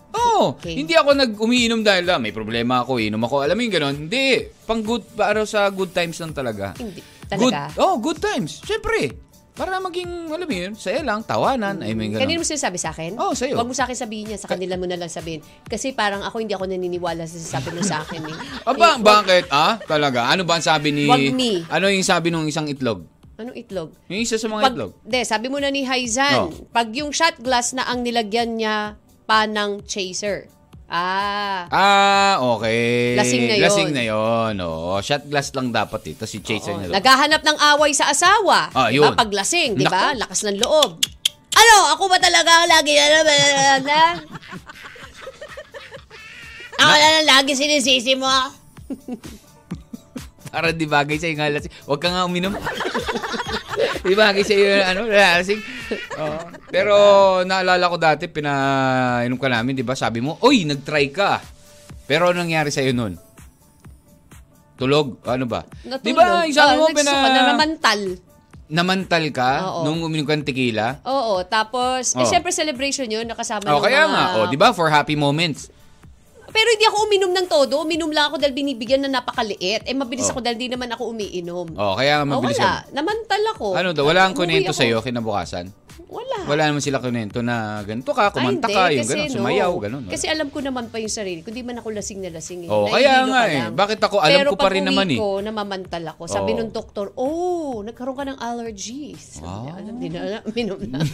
S4: Oh,
S5: Okay.
S4: hindi ako nag umiinom dahil ah, may problema ako, inom ako. Alam mo yung ganun? Hindi. Pang good, para sa good times lang talaga.
S5: Hindi. Talaga?
S4: Good, oh, good times. Siyempre. Para maging, alam mo yun, saya lang, tawanan. I mean,
S5: Kanino
S4: ganun.
S5: mo sinasabi sa akin?
S4: Oo, sa'yo.
S5: Huwag mo sa akin sabihin yan, sa kanila mo na lang sabihin. Kasi parang ako hindi ako naniniwala sa sasabi mo sa akin. Eh.
S4: Aba,
S5: Eh, wag-
S4: bakit? Ah, talaga? Ano ba ang sabi ni...
S5: Wag me.
S4: Ano yung sabi ng isang itlog?
S5: Anong Ano itlog?
S4: Yung isa sa mga
S5: Pag,
S4: itlog?
S5: de, sabi mo na ni Haizan,
S4: Oh.
S5: pag yung shot glass na ang nilagyan niya panang chaser. Ah.
S4: Ah, okay.
S5: Lasing na yun.
S4: Lasing na yun. Oo. Shot glass lang dapat eh. Tapos si Chaser
S5: Oo.
S4: na lang.
S5: Naghahanap ng away sa asawa.
S4: Ah,
S5: diba?
S4: yun.
S5: Paglasing, di ba? Lakas ng loob. Ano? Ako ba talaga ang lagi na na? Ako na lang lagi sinisisi mo.
S4: Para di bagay sa'yo nga lasing. Huwag ka nga uminom. di bagay sa'yo yung ano, lasing. Oo. Pero naalala ko dati, pinainom ka namin, di ba? Sabi mo, Uy, nag-try ka. Pero anong nangyari sa'yo nun? Tulog? Ano ba?
S5: Natulog.
S4: Di ba, yung sabi
S5: Ah,
S4: mo,
S5: nagsuka na namantal.
S4: namantal ka
S5: Oo.
S4: nung uminom ka ng tequila?
S5: Oo, tapos, eh,
S4: Oo.
S5: syempre celebration yun, nakasama ng
S4: Oh, kaya
S5: mga-
S4: nga. Oh, di ba? For happy moments.
S5: Pero hindi ako uminom ng todo, uminom lang ako dahil binibigyan na napakaliit. Eh, mabilis
S4: Oh.
S5: ako dahil di naman ako umiinom.
S4: Oh, kaya nga
S5: Oh,
S4: mabilis.
S5: wala, namantal ako.
S4: Ano daw, wala ang
S5: Umuwi
S4: kunento
S5: Oh. ako.
S4: sa'yo kinabukasan?
S5: Wala.
S4: Wala naman sila kunento na ganito ka, kumanta ka, yung gano'n, sumayaw, gano'n.
S5: Kasi alam ko naman pa yung sarili ko. Hindi man ako lasing na lasing. Eh.
S4: Oo,
S5: Nahihilo
S4: kaya nga
S5: ka
S4: eh.
S5: lang.
S4: Bakit ako? Alam
S5: Pero
S4: ko pa
S5: pag-uwi
S4: rin naman eh.
S5: ko, namamantal ako. Sabi
S4: Oo.
S5: nung doktor, oh, nagkaroon ka ng allergies. Sabi
S4: Ah.
S5: niya, alam din na, alam, minom na.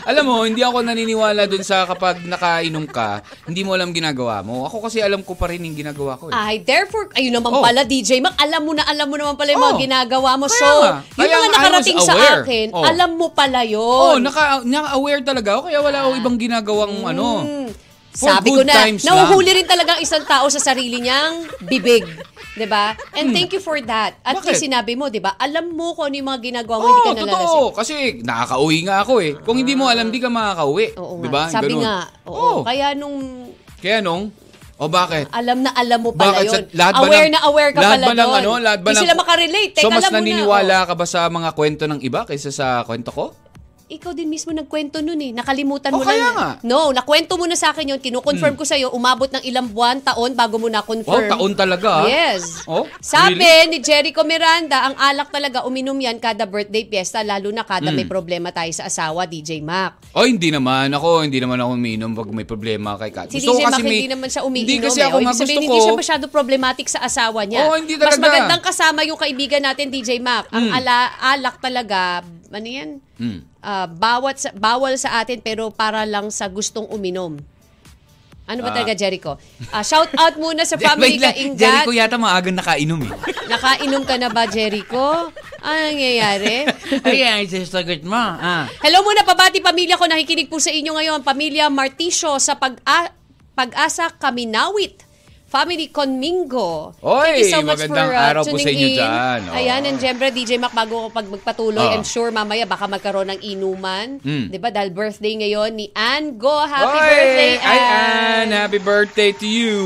S4: Alam mo, hindi ako naniniwala dun sa kapag nakainom ka, hindi mo alam ginagawa mo. Ako kasi alam ko pa rin yung ginagawa ko eh.
S5: Ay, therefore, ayun naman
S4: Oh.
S5: pala, DJ Mac, alam mo na, alam mo naman pala yung mga
S4: Oh.
S5: ginagawa mo.
S4: Kaya
S5: so,
S4: nga.
S5: yung
S4: Kaya
S5: mga
S4: nga, I
S5: nakarating
S4: was
S5: sa
S4: aware.
S5: akin,
S4: Oh.
S5: alam mo pala yun. Mm.
S4: Oh, naka, naka-aware talaga ako, kaya wala ako ibang ginagawang ano. For
S5: Sabi
S4: good
S5: ko na,
S4: times lang.
S5: nauhuli rin talaga ang isang tao sa sarili niyang bibig. 'Di ba? And thank you for that. At
S4: Hmm. Bakit? Oh,
S5: yung sinabi mo, 'di ba? Alam mo kung ano yung mga ginagawa mo, hindi ka nalalasing.
S4: totoo. Kasi nakakauwi nga ako eh. Kung hindi mo alam, di ka makakauwi.
S5: Oo nga.
S4: Di ba?
S5: Sabi
S4: Ganun.
S5: nga, oo.
S4: Oh, Kaya,
S5: Kaya nung
S4: nung, o bakit?
S5: alam na alam mo pala
S4: Bakit
S5: yun.
S4: sa- lahat ba
S5: aware
S4: ng-
S5: na aware ka
S4: lahat
S5: pala
S4: ba ng
S5: doon.
S4: ano? Lahat ba
S5: Di
S4: ng-
S5: sila makarelate. Teka
S4: so, mas
S5: lang muna,
S4: naniniwala
S5: oh.
S4: ka ba sa mga kwento ng iba kaysa sa kwento ko?
S5: Ikaw din mismo nagkwento nun eh. Nakalimutan
S4: Oh,
S5: mo lang.
S4: kaya
S5: eh.
S4: nga. Hmm.
S5: No, nakwento mo na sa akin yun. Kinukonfirm ko sa'yo. Umabot ng ilang buwan, taon bago mo na-confirm.
S4: Wow, taon talaga, ah.
S5: Yes.
S4: Oh,
S5: Sabi
S4: really?
S5: ni Jericho Miranda, ang alak talaga, uminom yan kada birthday fiesta, lalo na
S4: Hmm.
S5: kada may problema tayo sa asawa, DJ Mac.
S4: Oh, hindi naman. Ako, hindi naman ako umiinom pag may problema kay Kat.
S5: Si
S4: Gusto
S5: DJ Mac,
S4: ko may-
S5: hindi naman siya umiinom.
S4: Hindi kasi
S5: eh.
S4: ako
S5: O, ibig
S4: magusto
S5: sabihin,
S4: ko.
S5: Hindi siya masyado problematic sa asawa niya.
S4: Oo, hindi
S5: Mas
S4: talaga. Hmm.
S5: magandang kasama yung kaibigan natin, DJ Mac. Ang ala, alak talaga, ano yan?
S4: Mm.
S5: Ah, bawat sa, bawal sa atin pero para lang sa gustong uminom. Ano ba
S4: Ah.
S5: talaga, Jericho? Ah, shout out muna sa family
S4: Wait lang,
S5: ka, Ingat.
S4: Jericho yata maagang nakainom eh.
S5: Nakainom ka na ba, Jericho? Ano nangyayari?
S4: Ayan, sasagot mo. Ah.
S5: Hello muna, pabati pamilya ko. Nakikinig po sa inyo ngayon. Pamilya Marticio sa pag Pag-asa Kaminawit. Family Conmingo.
S4: Oy,
S5: Thank you so much
S4: magandang
S5: for uh,
S4: araw po
S5: tuning
S4: sa inyo
S5: in.
S4: dyan. Oh.
S5: Ayan, and syempre, DJ Mac, bago ako pag magpatuloy,
S4: Oh.
S5: I'm sure mamaya baka magkaroon ng inuman.
S4: Mm.
S5: 'Di ba Dahil birthday ngayon ni Ann Go. Happy
S4: Oy,
S5: birthday, Ann!
S4: Ay, Ann, happy birthday to you.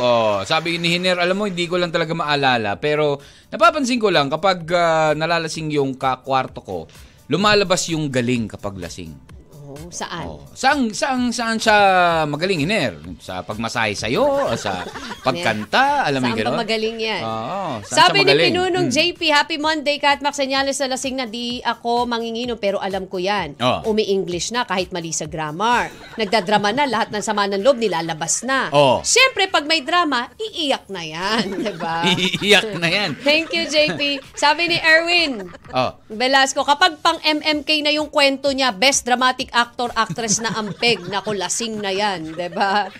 S4: Oh, sabi ni Hiner, alam mo, hindi ko lang talaga maalala. Pero napapansin ko lang, kapag ah, nalalasing yung kakwarto ko, lumalabas yung galing kapag lasing.
S5: Oh, saan?
S4: Oh. Saan, saan, saan siya magaling, Hiner? Sa pagmasahe sa'yo? O sa pagkanta? Alam mo
S5: Saan
S4: yung
S5: ba
S4: gano'n?
S5: magaling yan?
S4: Oo, saan
S5: Sabi
S4: siya
S5: ni
S4: magaling?
S5: Pinunong
S4: Mm.
S5: JP, Happy Monday, Kat Mac Senyales na lasing na di ako manginginom pero alam ko yan.
S4: Oh.
S5: Umi-English na kahit mali sa grammar. Nagdadrama na, lahat ng sama ng loob nilalabas na.
S4: Oh.
S5: Siyempre, pag may drama, iiyak na yan. Diba?
S4: Iiyak na yan.
S5: Thank you, JP. Sabi ni Erwin,
S4: Oh.
S5: Velasco, kapag pang MMK na yung kwento niya, best dramatic actor, actress na ampeg. Naku, lasing na yan, 'di ba?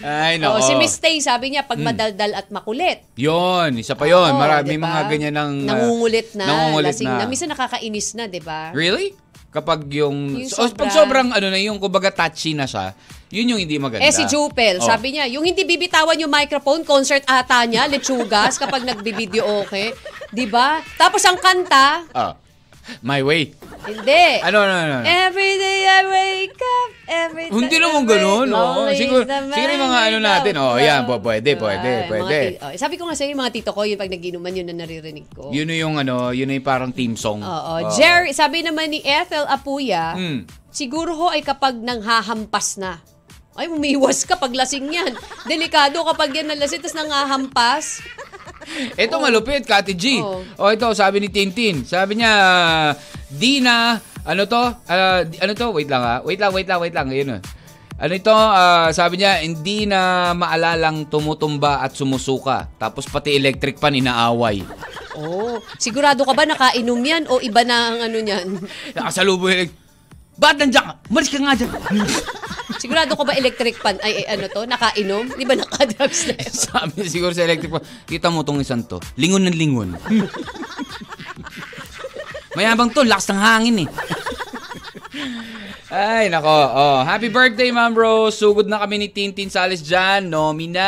S4: Ay,
S5: Oh,
S4: nako. Hmm.
S5: si Miss Tay, sabi niya, pag madaldal at makulit,
S4: Yon, isa pa yon.
S5: Oo,
S4: Marami
S5: diba?
S4: mga ganyan ng... ah,
S5: nangungulit na,
S4: nangungulit
S5: lasing na. Minsan nakakainis na, 'di ba?
S4: Really? Kapag yung...
S5: Yung
S4: so- pag
S5: sobrang-
S4: sobrang ano na yung kumbaga touchy na siya, yun yung hindi maganda.
S5: Eh si Jupel,
S4: Oh.
S5: sabi niya, yung hindi bibitawan yung microphone, concert ata niya, lechugas kapag nagbibideo okay. 'Di ba? Tapos ang kanta,
S4: Ah. my way.
S5: hindi.
S4: Ano, ano, ano? ano?
S5: Every day I wake up, every time
S4: Hindi
S5: I
S4: naman
S5: wake-
S4: ganun, oh.
S5: Lonely is
S4: Siguro-
S5: the
S4: siguro yung mga
S5: man
S4: ano
S5: without
S4: natin, oh,
S5: love.
S4: yan, po- pwede,
S5: Diba?
S4: pwede,
S5: Yung mga
S4: pwede.
S5: ti- oh, sabi ko nga sa'yo, yung mga tito ko, yung pag naginuman, yun na naririnig ko.
S4: yun na yung ano, yun na yung parang team song.
S5: Oo.
S4: Oh.
S5: Jerry, sabi naman ni Ethel Apuya,
S4: Hmm.
S5: siguro ho ay kapag nanghahampas na. Ay, umiwas ka pag lasing yan. Delikado kapag yan nalasing, tapos nanghahampas.
S4: Ito malupit, Kati G.
S5: Oh.
S4: O ito, sabi ni Tintin. Sabi niya, Dina, ano to? Ah, di- ano to? Wait lang ha. Wait lang, wait lang, wait lang. Ayun ah. Ano ito? Ah, sabi niya, hindi na maalalang tumutumba at sumusuka. Tapos pati electric pan inaaway.
S5: Oh, sigurado ka ba nakainom yan o iba na ang ano niyan?
S4: Nakasalubong yung Ba't nandiyan ka? Maris ka nga dyan.
S5: Sigurado ka ba electric pan? Ay, ay, ano to? Nakainom? Di ba nakadrugs na yun?
S4: sabi niya siguro sa electric pan, kita mo tong isang to. Lingon ng lingon. Mayabang to, lakas ng hangin eh. Ay, nako. Oh, happy birthday, Ma'am Rose. Sugod na kami ni Tintin Sales dyan. Nomina.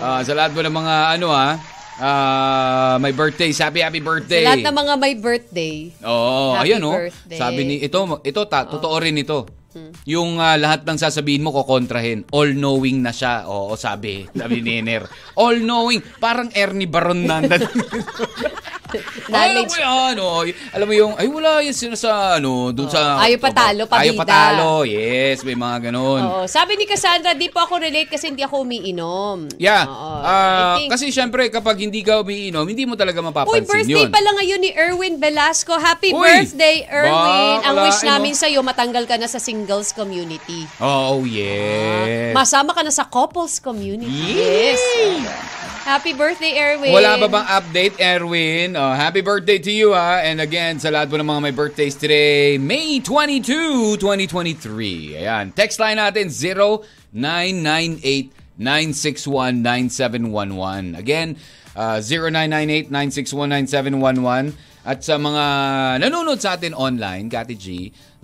S4: Ah, sa lahat po ng mga ano ah, ah, may birthday. Happy, happy birthday.
S5: Lahat ng mga may birthday.
S4: Oo,
S5: Happy
S4: ayan oh.
S5: birthday. Oh. Hmm.
S4: Sabi ni ito, ito ta, totoo rin ito. Yung ah, lahat ng sasabihin mo kokontrahin. All knowing na siya. Oo, sabi. Sabi ni Ner. All knowing. Parang Ernie Baron na.
S5: Knowledge.
S4: Ay, alam mo yan, oh. Alam mo yung, ay wala yan sino sa, ano, dun sa...
S5: Oh. Ayaw patalo, pabida.
S4: Ayaw patalo, yes, may mga ganun.
S5: Oo. Sabi ni Cassandra, di po ako relate kasi hindi ako umiinom.
S4: Yeah.
S5: Oo.
S4: Ah,
S5: I think-
S4: kasi syempre kapag hindi ka umiinom, hindi mo talaga
S5: Uy,
S4: mapapansin
S5: birthday
S4: yun.
S5: pala ngayon ni Erwin Velasco. Happy
S4: Uy!
S5: birthday, Erwin.
S4: Ba,
S5: Ang
S4: wala,
S5: wish
S4: eh, no?
S5: namin sa'yo, matanggal ka na sa singles community.
S4: Oh, yes.
S5: Masama ka na sa couples community.
S4: Yee!
S5: Yes. Happy birthday, Erwin.
S4: Wala pa bang update, Erwin? Oh, happy birthday to you, ha? And again, sa lahat po ng mga may birthdays today, May 22, 2023. Ayan. Text line natin, 0998-961-9711. Again, uh, 0998-961-9711. At sa mga nanonood sa atin online, Kati G,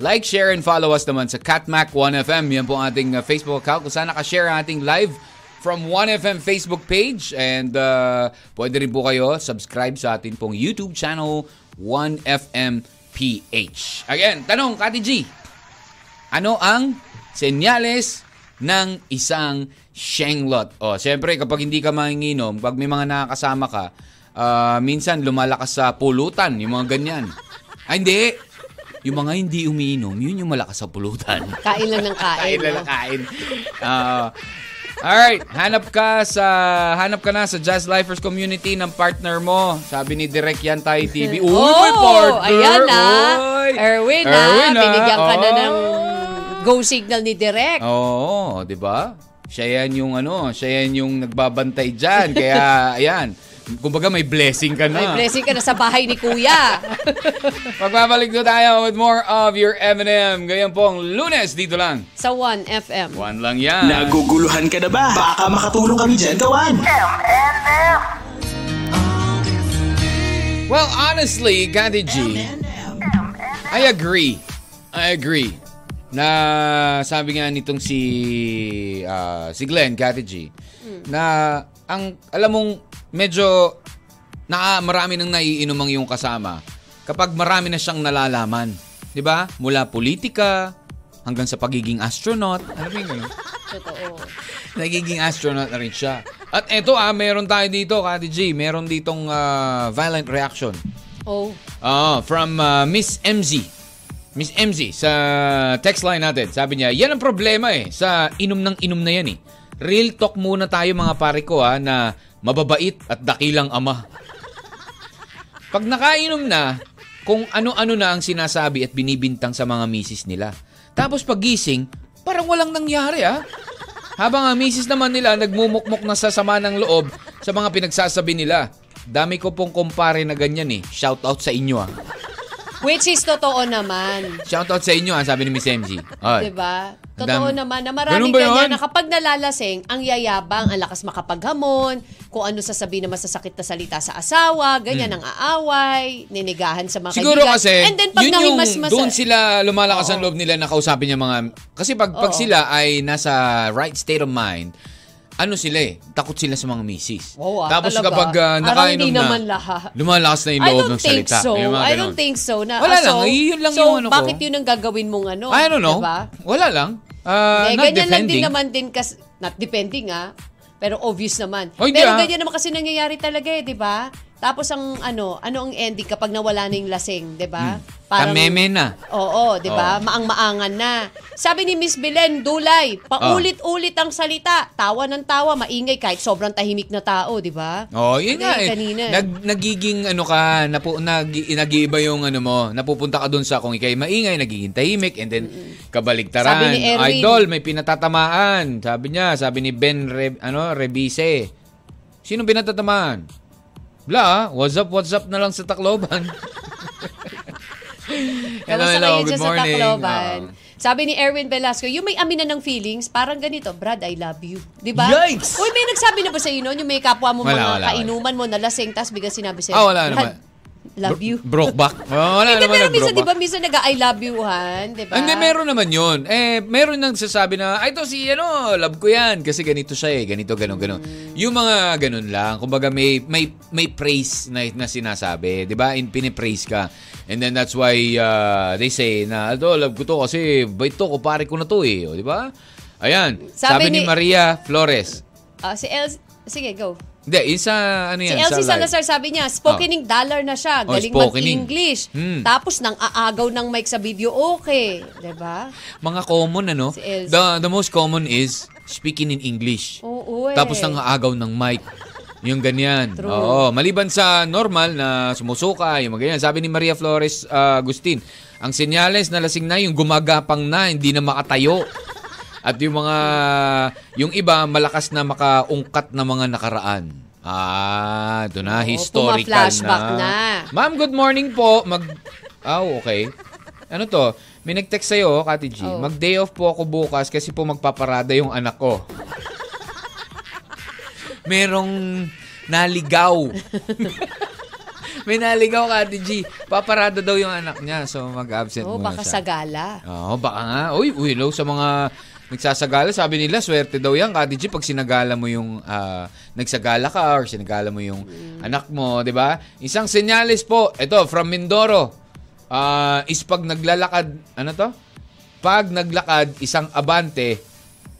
S4: like, share, and follow us naman sa CatMac1FM. Yan po ang ating uh, Facebook account kung saan nakashare ang ating live from 1FM Facebook page and uh, pwede rin po kayo subscribe sa atin pong YouTube channel 1FM PH. Again, tanong Kati G, ano ang senyales ng isang shenglot? O, syempre kapag hindi ka manginginom, pag may mga nakakasama ka, ah, minsan lumalakas sa pulutan, yung mga ganyan. Ay, hindi. Yung mga hindi umiinom, yun yung malakas sa pulutan.
S5: Kain lang ng kain.
S4: Kain
S5: no?
S4: lang kain. Ah. Alright, hanap ka sa hanap ka na sa Jazz Lifers community ng partner mo. Sabi ni Direk yan tayo TV. Uy, may partner.
S5: Oh, Ayan na.
S4: Uy.
S5: Erwin,
S4: Erwin,
S5: na. Binigyan ka na
S4: Oh.
S5: ng go signal ni Direk.
S4: Oo, di ba? Siya yan yung ano, siya yan yung nagbabantay dyan. Kaya, ayan. Kumbaga may blessing ka na.
S5: May blessing ka na sa bahay ni Kuya.
S4: Magbabalik na tayo with more of your M&M. Ganyan pong lunes dito lang.
S5: sa 1FM.
S4: One lang yan.
S1: Naguguluhan ka na ba? Baka makatulong kami dyan, gawan.
S2: M&M.
S4: Well, honestly, Gandhi G, I agree. I agree. Na sabi nga nitong si ah, si Glenn Gandhi G, na ang alam mong medyo na ah, marami nang naiinom ang iyong kasama kapag marami na siyang nalalaman. 'Di ba? Mula politika hanggang sa pagiging astronaut. Alam mo 'yung ganun?
S5: Totoo.
S4: Nagiging astronaut na rin siya. At eto ah, meron tayo dito, Kati G. Meron ditong ah, violent reaction.
S5: Oh.
S4: Ah, from ah, Miss MZ. Miss MZ sa text line natin. Sabi niya, yan ang problema eh sa inom ng inom na yan eh. Real talk muna tayo mga pare ko ha na mababait at dakilang ama. Pag nakainom na, kung ano-ano na ang sinasabi at binibintang sa mga misis nila. Tapos pagising, parang walang nangyari ah. Habang ang misis naman nila nagmumukmok na sa sama ng loob sa mga pinagsasabi nila. Dami ko pong kumpare na ganyan eh. Shout out sa inyo ah.
S5: Which is totoo naman.
S4: Shout out sa inyo ah, sabi ni Miss MG. Ay.
S5: Diba?
S4: Ang
S5: Totoo
S4: dami.
S5: naman na maraming
S4: Ganun ba yun?
S5: ganyan na kapag nalalasing, ang yayabang, ang lakas makapaghamon, kung ano sasabihin na masasakit na salita sa asawa, ganyan ang aaway, ninigahan sa mga
S4: Hmm. Siguro
S5: kaibigan.
S4: kasi,
S5: And then pag
S4: yun yung
S5: nahimasmasa-
S4: doon sila lumalakas ang loob nila na kausapin yung mga... Kasi pag,
S5: Oo.
S4: pag sila ay nasa right state of mind, ano sila eh, takot sila sa mga misis.
S5: Oo, ah,
S4: Tapos
S5: talaga.
S4: kapag ah,
S5: Parang
S4: nakainom
S5: hindi
S4: na,
S5: naman lahat.
S4: lumalakas na yung
S5: I
S4: loob
S5: don't
S4: ng
S5: think
S4: salita.
S5: so.
S4: Yung mga
S5: I
S4: ganun.
S5: don't think so. Na,
S4: Wala
S5: ah, so,
S4: lang, yun lang
S5: so,
S4: yung ano ko.
S5: bakit yun ang gagawin mong ano?
S4: I don't know.
S5: Diba?
S4: Wala lang. Ah,
S5: Eh,
S4: not
S5: ganyan lang din
S4: defending.
S5: naman din kasi, not depending ah, pero obvious naman.
S4: Oh, hindi,
S5: pero
S4: ah.
S5: ganyan naman kasi nangyayari talaga eh, di ba? Tapos ang ano, ano ang ending kapag nawala na yung lasing, di ba?
S4: Hmm. Tameme na.
S5: Oo, di ba?
S4: Oo.
S5: Maang-maangan na. Sabi ni Miss Belen, dulay,
S4: Oh.
S5: paulit-ulit ang salita. Tawa ng tawa, maingay kahit sobrang tahimik na tao, di ba?
S4: Oh, yun
S5: Ano
S4: nga
S5: yung
S4: eh.
S5: kanina?
S4: Nag, nagiging ano ka, napu, nag, nag-iiba yung ano mo, napupunta ka dun sa kung ikay maingay, nagiging tahimik, and then kabaligtaran.
S5: Sabi ni Erwin.
S4: Idol, may pinatatamaan. Sabi niya, sabi ni Ben Re, ano, Rebise. Sino pinatatamaan? Bla, ah. what's up, what's up na lang sa Tacloban.
S5: Kamusta kayo dyan sa Tacloban? Sabi ni Erwin Velasco, yung may amina ng feelings, parang ganito, Brad, I love you. Di ba?
S4: Yikes!
S5: Uy, may nagsabi na ba sa noon? Yung may kapwa mo
S4: Wala,
S5: mga
S4: wala, wala.
S5: kainuman mo, nalasing, tas bigla sinabi sa'yo,
S4: Ah, wala naman.
S5: love you.
S4: Broke back. wala
S5: Hindi,
S4: naman
S5: pero
S4: na
S5: minsan, di
S4: broke
S5: ba, minsan nag I love you, han? Di ba?
S4: Hindi, meron naman yun. Eh, meron nang sasabi na, ay, to si, ano, love ko yan. Kasi ganito siya eh, ganito, ganon, ganon.
S5: Hmm.
S4: Yung mga ganon lang, kumbaga may, may, may praise na, na sinasabi, di ba? In, pinipraise ka. And then that's why uh, they say na, ito, love ko to kasi bait to, kupare ko na to eh. O, di ba? Ayan, sabi,
S5: Sabi
S4: ni,
S5: ni-
S4: Maria Flores.
S5: Ah, si Els, sige, go.
S4: Hindi, yun sa ano
S5: Si
S4: yan? sa
S5: Elsie
S4: live.
S5: Salazar sabi niya, spokening dollar na siya.
S4: Ah. Oh,
S5: Galing
S4: spokening.
S5: mag-English.
S4: Hmm.
S5: Tapos nang aagaw ng mic sa video, okay. 'Di ba?
S4: Mga common ano?
S5: Si Elsie.
S4: The, the most common is speaking in English.
S5: Oo eh.
S4: Tapos nang aagaw ng mic. Yung ganyan.
S5: True.
S4: Oo. Maliban sa normal na sumusuka, yung mga ganyan. Sabi ni Maria Flores ah, Agustin, ang senyales na lasing na yung gumagapang na, hindi na makatayo. At yung mga, yung iba, malakas na makaungkat na mga nakaraan. Ah, doon na,
S5: Oo,
S4: historical
S5: puma-flashback na.
S4: Ma'am, good morning po. Mag... Aw, okay. Ano to? May nag-text sa'yo, Kati G.
S5: Oh.
S4: Mag-day off po ako bukas kasi po magpaparada yung anak ko merong naligaw. May naligaw ka, Ate G. Paparada daw yung anak niya, so mag-absent
S5: Oh,
S4: muna
S5: baka
S4: siya.
S5: sagala.
S4: Oo, baka nga. Uy, uy, hello sa mga nagsasagala. Sabi nila, swerte daw yan, Kati G, pag sinagala mo yung, ah, nagsagala ka or sinagala mo yung anak mo, di ba? Isang senyales po, ito, from Mindoro, Ah, is pag naglalakad, ano to? Pag naglakad, isang abante,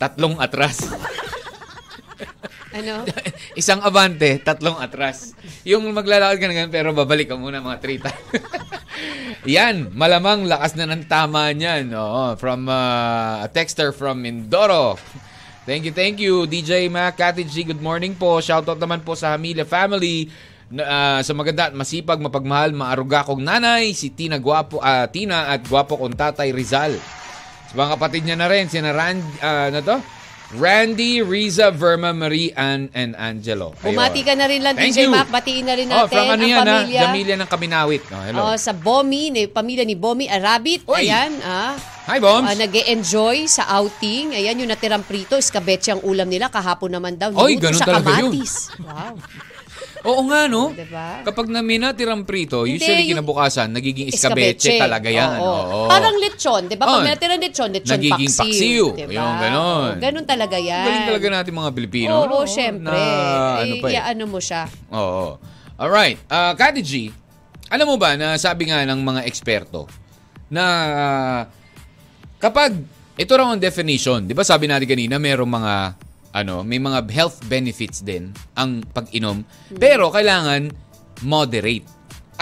S4: tatlong atras.
S5: Ano?
S4: Isang abante, tatlong atras. Yung maglalakad ka na ganun, pero babalik ka muna mga three times. Yan, malamang lakas na ng tama niyan. Oo, from uh, a texter from Mindoro. Thank you, thank you. DJ Mac, Kati G, good morning po. Shoutout naman po sa Hamila family. Na, ah, sa maganda at masipag, mapagmahal, maaruga kong nanay, si Tina, guwapo, ah, Tina at guwapo kong tatay Rizal. Sa mga kapatid niya na rin, sina Rand, ah, ano to? Randy, Riza, Verma, Marie, Ann, and Angelo. Ayun.
S5: Bumati ka na rin lang,
S4: Thank
S5: DJ
S4: you.
S5: Mac. Batiin na rin
S4: Oh,
S5: natin
S4: from ano
S5: ang
S4: yan, ha?
S5: pamilya.
S4: Pamilya ng Kaminawit. Oh, hello.
S5: Oh, sa Bomi, ni, pamilya ni Bomi Arabit.
S4: Oy!
S5: Ayan, ah.
S4: Hi, Bombs.
S5: Ah, nag-e-enjoy sa outing. Ayan, yung natirang prito, iskabetse ang ulam nila. Kahapon naman daw,
S4: Oy,
S5: niluto
S4: ganun
S5: sa
S4: talaga yun.
S5: kamatis. Wow.
S4: Oo nga, no?
S5: Diba?
S4: Kapag namina tirang prito,
S5: Hindi,
S4: usually
S5: yung-
S4: kinabukasan, nagiging iskabeche talaga yan.
S5: Oo.
S4: Oo.
S5: Parang lechon, di ba?
S4: Oh.
S5: Pag may natirang lechon, lechon
S4: Nagiging
S5: paksiw.
S4: paksiw.
S5: Diba?
S4: Yung ganon.
S5: Oo, Ganon talaga yan.
S4: Galing talaga natin mga Pilipino.
S5: Oo,
S4: no?
S5: syempre. ano
S4: Na, ano pa eh.
S5: ano mo siya.
S4: Oo. Alright. Uh, Kati G, alam mo ba na sabi nga ng mga eksperto na ah, kapag ito raw ang definition, 'di ba sabi natin kanina merong mga ano, may mga health benefits din ang pag-inom, pero kailangan moderate.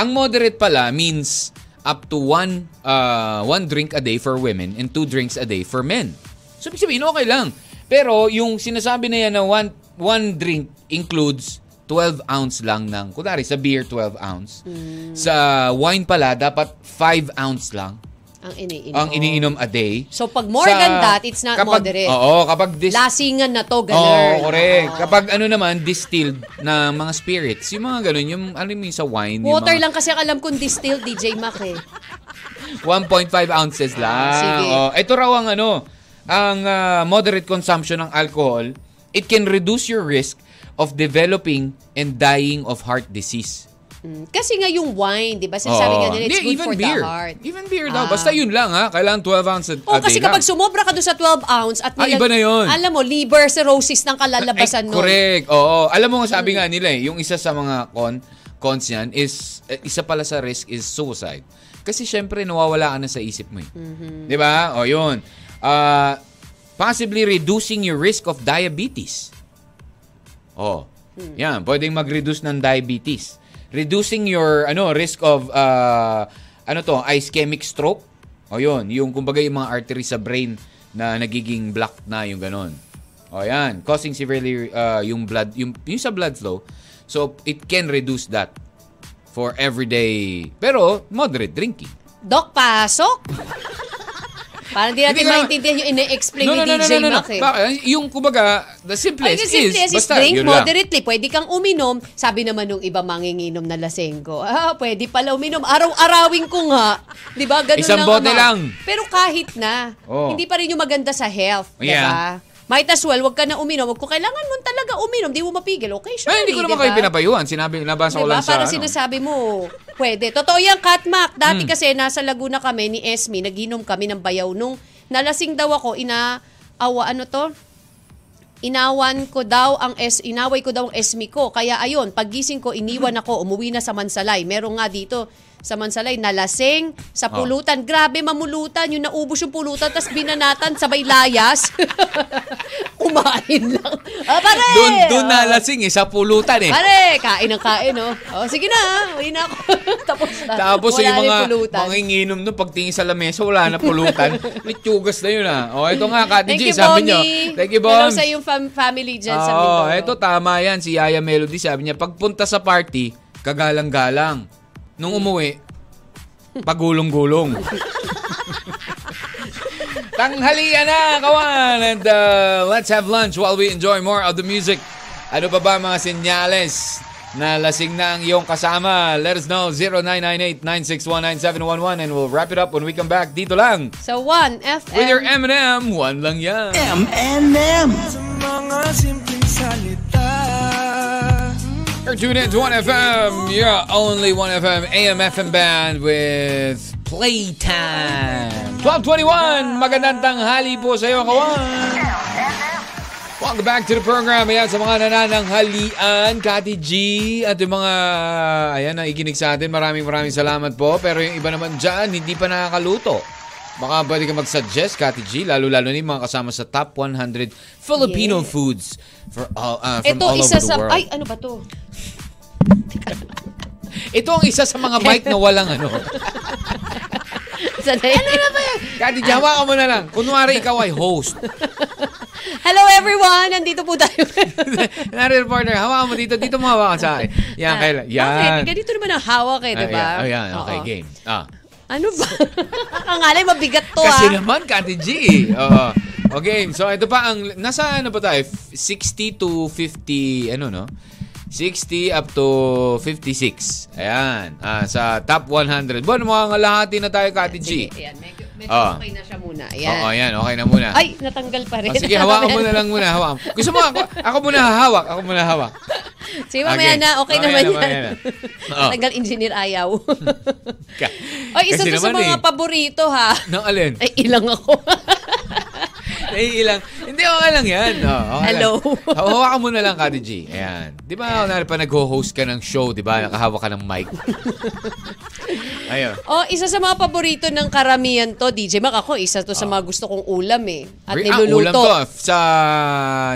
S4: Ang moderate pala means up to one ah, one drink a day for women and two drinks a day for men. So ibig sabihin okay lang. Pero yung sinasabi na yan na one one drink includes 12 ounce lang ng, kunwari sa beer 12 ounce. Sa wine pala dapat 5 ounce lang
S5: Ang iniinom.
S4: ang iniinom a day.
S5: So, pag more than that, it's not
S4: kapag,
S5: moderate.
S4: Oo, kapag dis-
S5: Lasingan na to, ganon.
S4: Oo, correct.
S5: Oo.
S4: Kapag ano naman, distilled na mga spirits. Yung mga ganun, yung ano yung sa wine. yung
S5: Water
S4: mga-
S5: lang kasi ang alam kong distilled, DJ Mac eh.
S4: 1.5 ounces lang.
S5: sige.
S4: Oh, ito raw ang ano, ang ah, moderate consumption ng alcohol, it can reduce your risk of developing and dying of heart disease.
S5: Mm, Kasi nga yung wine, di ba? Sinasabi
S4: Oo.
S5: nga nila, it's
S4: Hindi,
S5: good
S4: even
S5: for
S4: beer.
S5: the heart.
S4: Even beer
S5: Ah.
S4: daw. Basta yun lang ha. Kailangan 12 ounces a
S5: Oh,
S4: day
S5: kasi
S4: lang.
S5: kapag sumobra ka doon sa 12 ounce at
S4: Ah,
S5: nilag-
S4: iba na yun.
S5: Alam mo, liver cirrhosis ng kalalabasan
S4: Eh,
S5: nun.
S4: Correct. Oo. Alam mo nga sabi nga nila eh, yung isa sa mga con cons yan is eh, isa pala sa risk is suicide. Kasi syempre nawawala ka na sa isip mo eh. 'Di ba? O yun. Ah, possibly reducing your risk of diabetes. Oh.
S5: Hmm.
S4: Yan, pwedeng mag-reduce ng diabetes. Reducing your ano risk of uh, ano to, ischemic stroke. O yun, yung kumbaga yung mga artery sa brain na nagiging blocked na yung ganon. O yan, causing severely uh, yung blood yung, yung sa blood flow. So it can reduce that for everyday pero moderate drinking.
S5: Doc, pasok! Parang di natin
S4: Hindi ka-
S5: maintindihan yung ina-explain ni DJ Mac eh.
S4: Bakit? Yung kumbaga the
S5: Ay,
S4: simplest,
S5: the simplest is
S4: basta
S5: drink
S4: yun lang.
S5: moderately. Pwede kang uminom. Sabi naman nung iba manginginom na lasenggo. Ah, pwede pala uminom. Araw-arawin ko nga. Di ba? Ganun
S4: Isang
S5: lang.
S4: bote
S5: ama.
S4: lang.
S5: Pero kahit na,
S4: Oo.
S5: hindi pa rin yung maganda sa health. Di
S4: Yeah.
S5: ba? Might as well, wag ka na uminom. Wag ko kailangan mo talaga uminom. Di mo mapigil. Okay, sure.
S4: Ay, Eh, hindi ko naman kayo pinapayuhan. Sinabi, nabasa
S5: eh,
S4: ko
S5: Diba?
S4: lang sa
S5: Parang
S4: ano.
S5: sinasabi mo, pwede. Totoo yan, Katmak.
S4: Hmm.
S5: Dati kasi nasa Laguna kami ni Esme, naginom kami ng bayaw nung nalasing daw ako, ina awa ano to? Inawan ko daw ang es, inaway ko daw ang Esme ko. Kaya ayun, pagising ko iniwan ako, umuwi na sa Mansalay. Meron nga dito sa Mansalay nalasing sa
S4: Oh.
S5: pulutan. Grabe mamulutan, yung naubos yung pulutan tapos binanatan sabay layas. kumain lang. Ah, pare!
S4: Doon, doon nalasing eh, sa pulutan eh.
S5: Pare, kain ang kain, oh. oh sige na, ah. uwi na ako. Tapos na.
S4: Tapos
S5: Wala
S4: yung
S5: na
S4: mga
S5: pulutan.
S4: mga inginom nun, pagtingin sa lamesa, wala na pulutan. Litsugas na yun ah. O, ito nga, Kati
S5: Thank
S4: G,
S5: you,
S4: sabi
S5: Bongi.
S4: niyo. Thank you,
S5: Hello
S4: Bongs.
S5: sa iyong fam- family dyan sa
S4: Oo,
S5: Mindoro.
S4: Ah, eto tama yan. Si Yaya Melody sabi niya, pagpunta sa party, kagalang-galang. Nung umuwi, pagulong-gulong. Tanghalian na, kawan! And uh, let's have lunch while we enjoy more of the music. Ano pa ba mga senyales na lasing na ang iyong kasama? Let us know, 0998-961-9711 and we'll wrap it up when we come back dito lang
S5: Sa 1FM.
S4: with your M&M. One lang yan.
S1: M&M.
S4: You're tuned in to 1FM. You're only 1FM AM FM band with Playtime. 1221, magandang tanghali po sa iyo, kawan. Welcome back to the program. Ayan, sa mga nanananghalian, Kati G, at yung mga, ayan, na ikinig sa atin, maraming maraming salamat po. Pero yung iba naman dyan, hindi pa nakakaluto. Baka pwede ka mag-suggest, Kati G, lalo-lalo na yung mga kasama sa top 100 Filipino
S5: Yes.
S4: foods for all, uh, from
S5: Ito,
S4: all
S5: isa
S4: over the
S5: sa...
S4: world.
S5: Ay, ano ba to?
S4: Ito ang isa sa mga mic na walang ano.
S5: ano na ba yan?
S4: Kati, jawa ka mo na lang. Kunwari ikaw ay host.
S5: Hello everyone! Nandito po tayo.
S4: Nari partner, hawakan mo dito. Dito mo hawakan sa akin. Yan, kaila. Yan.
S5: Ah, Okay, ganito naman ang hawak eh,
S4: Ah,
S5: di ba?
S4: yan. Oh, yan. Okay,
S5: Oo.
S4: game. Ah.
S5: Ano ba? Kangalay, mabigat to
S4: Kasi
S5: ah.
S4: naman, Kati G. Oo. Okay, so ito pa ang, nasa ano pa tayo? 60 to 50, ano no? 60 up to 56. Ayan. Ah, sa top 100. Buwan, mga ngalahati na tayo, Kati G.
S5: Sige, ayan. Medyo, medyo
S4: Oo.
S5: okay na siya muna. Ayan.
S4: Ah. Oo, ayan. Okay na muna.
S5: Ay, natanggal pa rin.
S4: Oh, sige, hawakan mo na lang muna. Hawakan. Gusto mo ako? Ako muna hahawak. Ako muna hawak.
S5: Sige, mamaya
S4: Okay.
S5: na. Okay naman
S4: Mamaya
S5: yan.
S4: na, mamaya na. Oo.
S5: Natanggal engineer ayaw.
S4: Ka-
S5: Ay, isa
S4: Kasi
S5: to sa
S4: naman
S5: mga
S4: eh.
S5: paborito ha.
S4: Nang alin?
S5: Ay, ilang ako.
S4: Naiilang. Hindi, okay lang yan. Oh, okay
S5: Hello.
S4: Lang. Ha- Hawakan mo na lang, Kati G. Ayan. Di ba, kunwari pa nag-host ka ng show, di ba? Nakahawak ka ng mic. Ayun.
S5: oh, isa sa mga paborito ng karamihan to, DJ Mac. Ako, isa to sa mga gusto kong ulam eh. At
S4: Ah. Re- ah, ulam
S5: niluluto.
S4: to. ah. Sa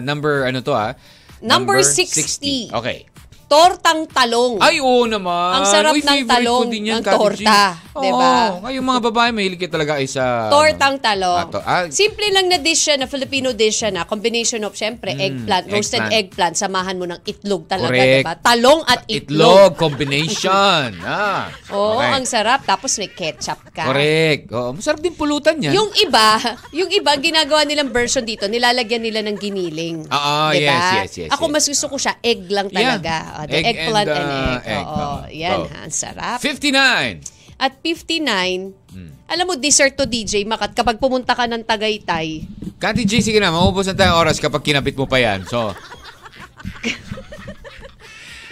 S4: number, ano to ah?
S5: Number 60.
S4: Okay.
S5: Tortang talong.
S4: Ay, oo naman.
S5: Ang sarap
S4: Uy,
S5: ng
S4: favorite
S5: talong,
S4: ko din yan,
S5: ng
S4: Kati G.
S5: torta, di ba?
S4: Oo. Kayong mga babae, mahilig kayo talaga ay sa...
S5: Tortang
S4: Ah,
S5: talong.
S4: to- ah,
S5: Simple lang na dish siya, na Filipino dish siya na combination of syempre eggplant, roasted eggplant.
S4: Mm, eggplant.
S5: samahan mo ng itlog talaga,
S4: Correct.
S5: diba? Talong at
S4: Itlog,
S5: itlog.
S4: combination. ah.
S5: Oo,
S4: okay.
S5: ang sarap. Tapos may ketchup ka.
S4: Correct. Oo, masarap din pulutan yan.
S5: Yung iba, yung iba ginagawa nilang version dito, nilalagyan nila ng giniling.
S4: Oo,
S5: Diba?
S4: Ah, yes, yes, yes,
S5: Ako
S4: yes.
S5: mas gusto ko siya egg lang
S4: Yeah.
S5: talaga. O, the
S4: Egg and,
S5: eggplant and,
S4: uh,
S5: egg.
S4: egg. Oh.
S5: Oo,
S4: Oo.
S5: yan
S4: Oo.
S5: ha, ang sarap.
S4: 59.
S5: At 59,
S4: Hmm.
S5: alam mo, dessert to DJ Makat. Kapag pumunta ka ng Tagaytay,
S4: Kati G, sige na, maubos na tayong oras kapag kinabit mo pa yan. So,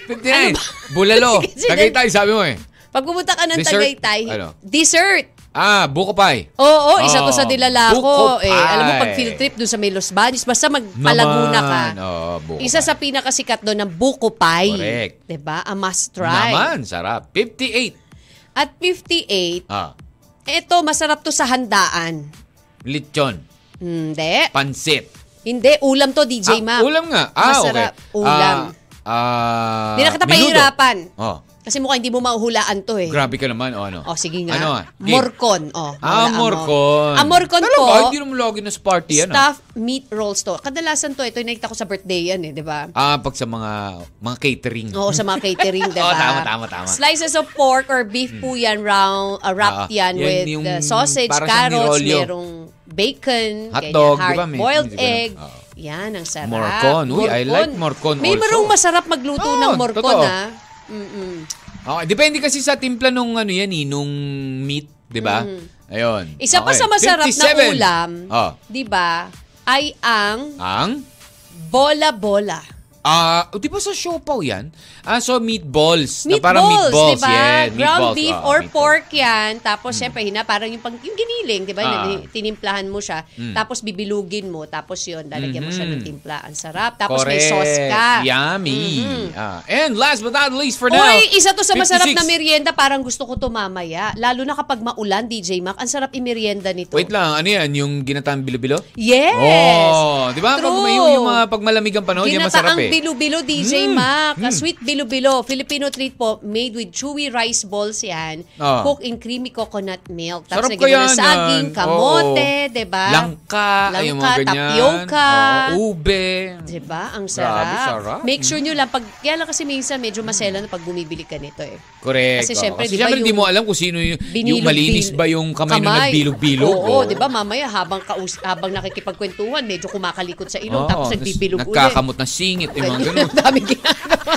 S4: 59. Bulalo.
S5: Ano Sige, sige.
S4: Tagay tayo, sabi mo eh.
S5: pag pumunta ka ng
S4: Dessert?
S5: Tagaytay,
S4: Ano?
S5: dessert.
S4: Ah, buko pie.
S5: Oo, isa to
S4: Oo.
S5: sa dilala ko.
S4: Buko
S5: Eh, alam mo,
S4: pie.
S5: pag field trip doon sa may Los Baños, basta magpalaguna ka.
S4: Naman. Oo, buko
S5: isa
S4: pie.
S5: sa pinakasikat doon ng buko pie.
S4: Correct.
S5: Diba? A must try.
S4: Naman, sarap. 58.
S5: At 58,
S4: Ah,
S5: eto masarap to sa handaan.
S4: lechon.
S5: Hindi.
S4: Pansit.
S5: Hindi, ulam to, DJ
S4: Ah,
S5: Mac.
S4: Ulam nga. Ah,
S5: Masarap.
S4: okay.
S5: Ulam.
S4: Ah, ah,
S5: Hindi na kita
S4: menudo.
S5: pahihirapan.
S4: Oh,
S5: Kasi mukhang hindi mo mahuhulaan to eh.
S4: grabe ka naman. O, ano?
S5: O, sige nga.
S4: Ano ah? Game.
S5: Morcon. Oh, O, mahulaan
S4: Ah,
S5: mo.
S4: morcon.
S5: Ang Ah, morcon
S4: Talaga,
S5: po,
S4: hindi naman lagi na sa party. Ano?
S5: stuffed meat rolls to. Kadalasan to, ito yung nakita ko sa birthday yan eh, di ba?
S4: Ah, pag sa mga mga catering.
S5: Oo, sa mga catering, di ba?
S4: Oo, tama, tama, tama.
S5: Slices of pork or beef po yan, round, uh, wrapped
S4: Ah,
S5: yan,
S4: yan
S5: with
S4: yung
S5: uh, sausage,
S4: para siyang
S5: carrots,
S4: nirolyo.
S5: merong bacon,
S4: Hot
S5: ganyan,
S4: dog, di ba? May-
S5: hard-boiled
S4: may- may-
S5: egg.
S4: Oo.
S5: Yan, ang sarap.
S4: Morcon. Uy, I like morcon
S5: May
S4: also.
S5: marong masarap magluto
S4: Oo,
S5: ng morcon,
S4: totoo.
S5: ha? Mm-mm.
S4: Okay, depende kasi sa timpla nung ano yan, eh, nung meat, 'di ba? Ayun.
S5: Mm. Isa pa
S4: Okay.
S5: sa masarap na
S4: 57.
S5: ulam,
S4: Oh.
S5: di ba, ay ang
S4: Ang
S5: bola-bola.
S4: Ah, di ba sa siopaw yan? Ah, so meatballs.
S5: Meatballs,
S4: na parang meatballs.
S5: di ba?
S4: Yeah,
S5: Ground
S4: meatballs. Ah,
S5: beef or
S4: Oo, meatballs. Mm.
S5: pork yan. Tapos, syempre, hina, parang yung, pang, yung giniling, di ba? Yung
S4: Ah. Mm.
S5: nabini- Tinimplahan mo siya. Tapos, bibilugin mo. Tapos, yun, lalagyan mo siya ng timpla. Ang sarap. Tapos, may
S4: Mm-hmm. Correct.
S5: sauce ka. Mm-hmm.
S4: Yummy. Ah, and last but not least for now.
S5: Uy, isa to sa masarap
S4: 56.
S5: na merienda. Parang gusto ko to mamaya. Lalo na kapag maulan, DJ Mac. Ang sarap i-merienda nito.
S4: Wait lang, ano yan? Yung ginataang bilo-bilo?
S5: Yes!
S4: Oh, di ba? Pag
S5: True.
S4: may yung mga pag malamig ang panahon, yan masarap
S5: Ginataang
S4: eh. Hmm.
S5: bilo-bilo, DJ Mac. A sweet bilo-bilo. Filipino treat po made with chewy rice balls yan.
S4: Ah.
S5: Cooked in creamy coconut milk. Tapos nagyan
S4: Sarap ko
S5: mo
S4: yan,
S5: ng saging,
S4: yan.
S5: kamote,
S4: Oo.
S5: di ba?
S4: Langka, ay, yung mga
S5: Langka,
S4: ganyan.
S5: tapioca.
S4: Oo, ube.
S5: Di ba? Ang sarap.
S4: Grabe, sarap. Mm.
S5: Make sure nyo lang. Pag, kaya lang kasi minsan medyo masela na pag bumibili ka nito eh.
S4: Correct.
S5: Kasi
S4: oo.
S5: syempre,
S4: Kasi
S5: di ba
S4: syempre, di
S5: yung
S4: mo alam kung sino yung, yung
S5: Binilog-
S4: malinis
S5: bil-
S4: ba yung kamay, na nagbilog-bilog.
S5: Oo,
S4: oh?
S5: di ba? Mamaya habang, kaus- habang nakikipagkwentuhan, medyo kumakalikot sa ilong.
S4: Oo,
S5: tapos nagbibilog ulit.
S4: Nagkakamot ng singit, yung mga ganun.
S5: Ang dami ginagawa.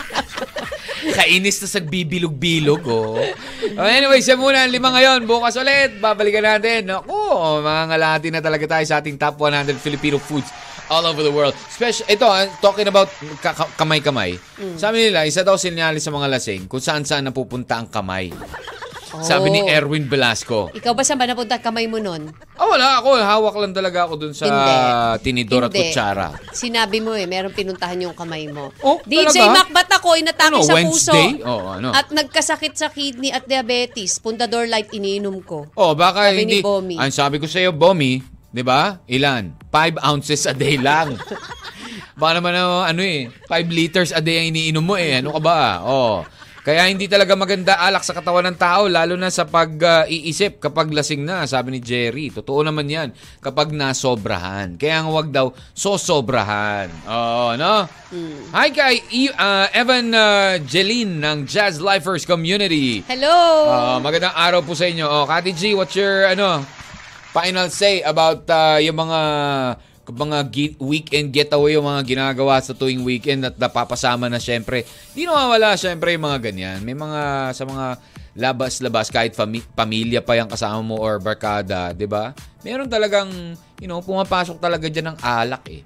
S4: Kainis na sagbibilog-bilog, oh. oh anyway, siya muna ang lima ngayon. Bukas ulit, babalikan natin. Naku, oh, mga ngalati na talaga tayo sa ating top 100 Filipino foods all over the world. Special, ito, ah, talking about ka- ka- kamay-kamay.
S5: Mm.
S4: Sabi nila, isa daw sinyalis sa mga lasing kung saan-saan napupunta ang kamay. Sabi ni
S5: Oh.
S4: Erwin Velasco.
S5: Ikaw ba saan ba napunta kamay mo nun?
S4: Ah, wala ako. Hawak lang talaga ako dun sa
S5: Hindi.
S4: tinidor at
S5: Hindi.
S4: kutsara.
S5: Sinabi mo eh, meron pinuntahan yung kamay mo.
S4: Oh,
S5: DJ
S4: talaga?
S5: Mac, ba't ako inatake
S4: Ano,
S5: sa
S4: Wednesday?
S5: puso?
S4: Oo, ano?
S5: At nagkasakit sa kidney at diabetes. Pundador light iniinom ko.
S4: Oh, baka
S5: Sabi ni
S4: hindi.
S5: Bomi.
S4: Ang sabi ko sa'yo, Bomi, di ba? Ilan? 5 ounces a day lang. baka naman ano, ano eh, 5 liters a day ang iniinom mo eh. Ano ka ba? Oh. Kaya hindi talaga maganda alak sa katawan ng tao, lalo na sa pag-iisip kapag lasing na, sabi ni Jerry. Totoo naman yan, kapag nasobrahan. Kaya ang wag daw, sosobrahan. Oo, no?
S5: Hmm.
S4: Hi kay E- ah, Evan uh, Jeline ng Jazz Lifers Community.
S5: Hello!
S4: Ah, magandang araw po sa inyo. Oh, Kati G, what's your ano final say about ah, yung mga mga gi- weekend getaway yung mga ginagawa sa tuwing weekend at napapasama na syempre. Di nawawala syempre yung mga ganyan. May mga sa mga labas-labas kahit fami- pamilya pa yung kasama mo or barkada, 'di ba? Meron talagang you know, pumapasok talaga diyan ng alak eh.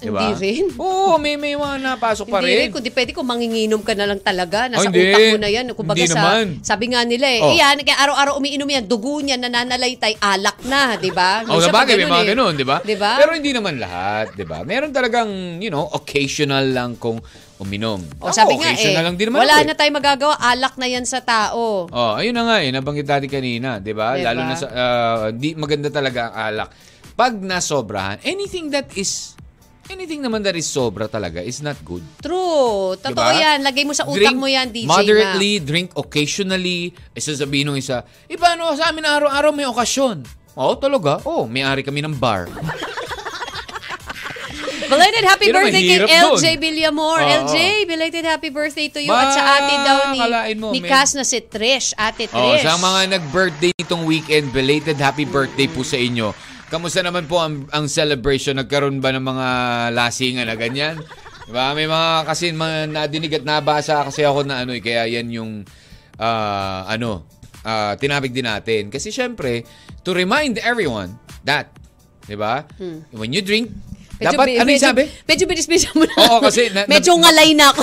S4: 'Di
S5: Hindi
S4: ba?
S5: rin.
S4: Oo, may may mga napasok pa
S5: Hindi rin,
S4: rin.
S5: kundi pwede kung manginginom ka na lang talaga. Nasa
S4: Ay, hindi.
S5: utak mo na yan. Kumbaga
S4: Hindi
S5: sa,
S4: naman.
S5: Sabi nga nila eh,
S4: Oh.
S5: iyan, kaya araw-araw umiinom yan, dugo niya, nananalaytay, alak na, di ba?
S4: Oh,
S5: Minsan pa
S4: sabagay, may mga
S5: eh.
S4: ganun, di ba?
S5: Di ba?
S4: Pero hindi naman lahat, di ba? Meron talagang, you know, occasional lang kung uminom.
S5: O,
S4: Ako,
S5: sabi nga eh,
S4: occasional lang din naman
S5: wala
S4: ako, eh.
S5: na tayong magagawa, alak na yan sa tao.
S4: Oh, ayun na nga eh, nabanggit natin kanina, 'di ba?
S5: Di ba?
S4: Lalo na sa ah, di maganda talaga ang alak. Pag nasobrahan, anything that is anything naman that is sobra talaga is not good.
S5: True. Totoo
S4: Diba?
S5: yan. Lagay mo sa utak mo yan, DJ
S4: Moderately, drink occasionally. Isa sabihin nung isa, eh paano sa amin araw-araw may okasyon? Oo, talaga. Oo, may-ari kami ng bar.
S5: Mac. Belated happy
S4: Yun ang
S5: birthday kay
S4: mahirap
S5: LJ
S4: dun.
S5: Villamor.
S4: Oo.
S5: LJ, belated happy birthday to you. At sa ate daw ni,
S4: Makakalain mo,
S5: ni
S4: men.
S5: Cass na si Trish. Ate
S4: Oh,
S5: Trish.
S4: sa mga nag-birthday nitong weekend, belated happy birthday po sa inyo. Kamusta naman po ang, ang celebration? Nagkaroon ba ng mga lasingan na ganyan? Diba? May mga kasi mga nadinig at nabasa kasi ako na ano eh, kaya yan yung ah, ano, ah, tinapik din natin. Kasi syempre, to remind everyone that, di ba? When you drink,
S5: Hmm. Medyo
S4: dapat,
S5: bi-
S4: ano yung
S5: medyo-
S4: sabi?
S5: Medyo binisbisa mo na.
S4: Oo, kasi na-
S5: medyo
S4: na-
S5: ngalay na ako.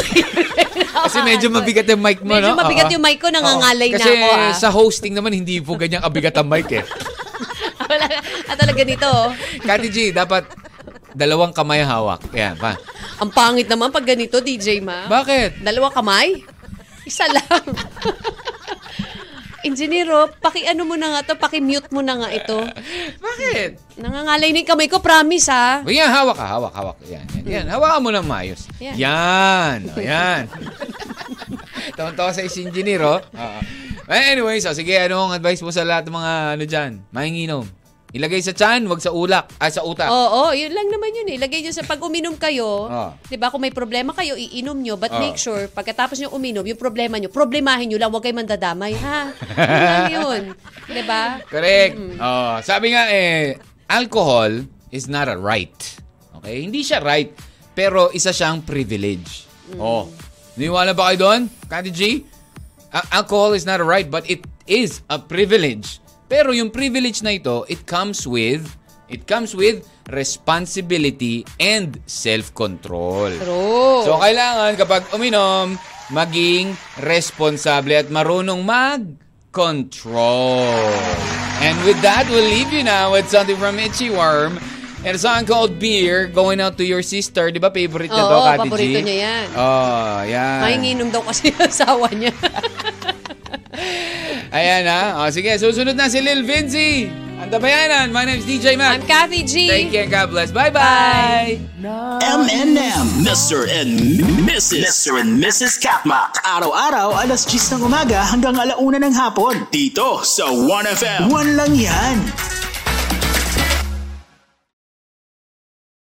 S4: Kasi medyo mabigat yung mic mo,
S5: Medyo
S4: no?
S5: mabigat
S4: Oo.
S5: yung mic ko, nangangalay
S4: Oo.
S5: na ako, ah.
S4: Kasi sa hosting naman, hindi po ganyang abigat ang mic eh.
S5: Wala, ah, talaga dito. oh.
S4: Kati G, dapat dalawang kamay hawak. Yan, pa.
S5: Ang pangit naman pag ganito, DJ Ma.
S4: Bakit?
S5: Dalawa kamay? Isa lang. Engineero, paki-ano mo na nga to, paki-mute mo na nga ito.
S4: Bakit?
S5: Nangangalay na yung kamay ko, promise ha.
S4: O yan, hawak ka, hawak, hawak. Yan, yan, yan. Hawakan mo ng maayos.
S5: Yan.
S4: Yan, o yan. Tawan-tawa sa isang engineer, oh. Oo. Eh, Anyway, so sige, anong advice mo sa lahat ng mga ano dyan? Mahinginom. Ilagay sa tiyan, wag sa ulak. Ah, sa utak.
S5: Oo, yun lang naman yun eh. Lagay nyo sa pag uminom kayo,
S4: Ah.
S5: 'di ba? Kung may problema kayo, iinom nyo, but
S4: Ah.
S5: make sure pagkatapos nyo uminom, yung problema nyo, problemahin nyo lang, huwag kayo mandadamay, ha? Yun lang yun. 'Di ba?
S4: Correct. Oh, sabi nga eh, alcohol is not a right. Okay? Hindi siya right, pero isa siyang privilege. Oh. Niwala ba kayo doon? Kati G? A- alcohol is not a right, but it is a privilege. Pero yung privilege na ito, it comes with It comes with responsibility and self-control.
S5: True.
S4: So, kailangan kapag uminom, maging responsable at marunong mag-control. And with that, we'll leave you now with something from Itchy Worm. And a song called Beer, Going Out to Your Sister. Di ba favorite na
S5: Oo,
S4: to, Kati G?
S5: paborito niya yan.
S4: Oh, yan.
S5: Ay, nginom daw kasi yung asawa niya.
S4: Ayan ha. O, sige, susunod na si Lil Vinci. Ang tabayanan. My name's DJ Mac.
S5: I'm Kathy G.
S4: Take care. God bless.
S5: Bye.
S4: Bye-bye.
S2: M&M, Mr. and Mrs. Mr. and Mrs. Katma.
S1: Araw-araw, alas 10 ng umaga hanggang alauna ng hapon.
S2: Dito sa 1FM.
S1: One lang yan.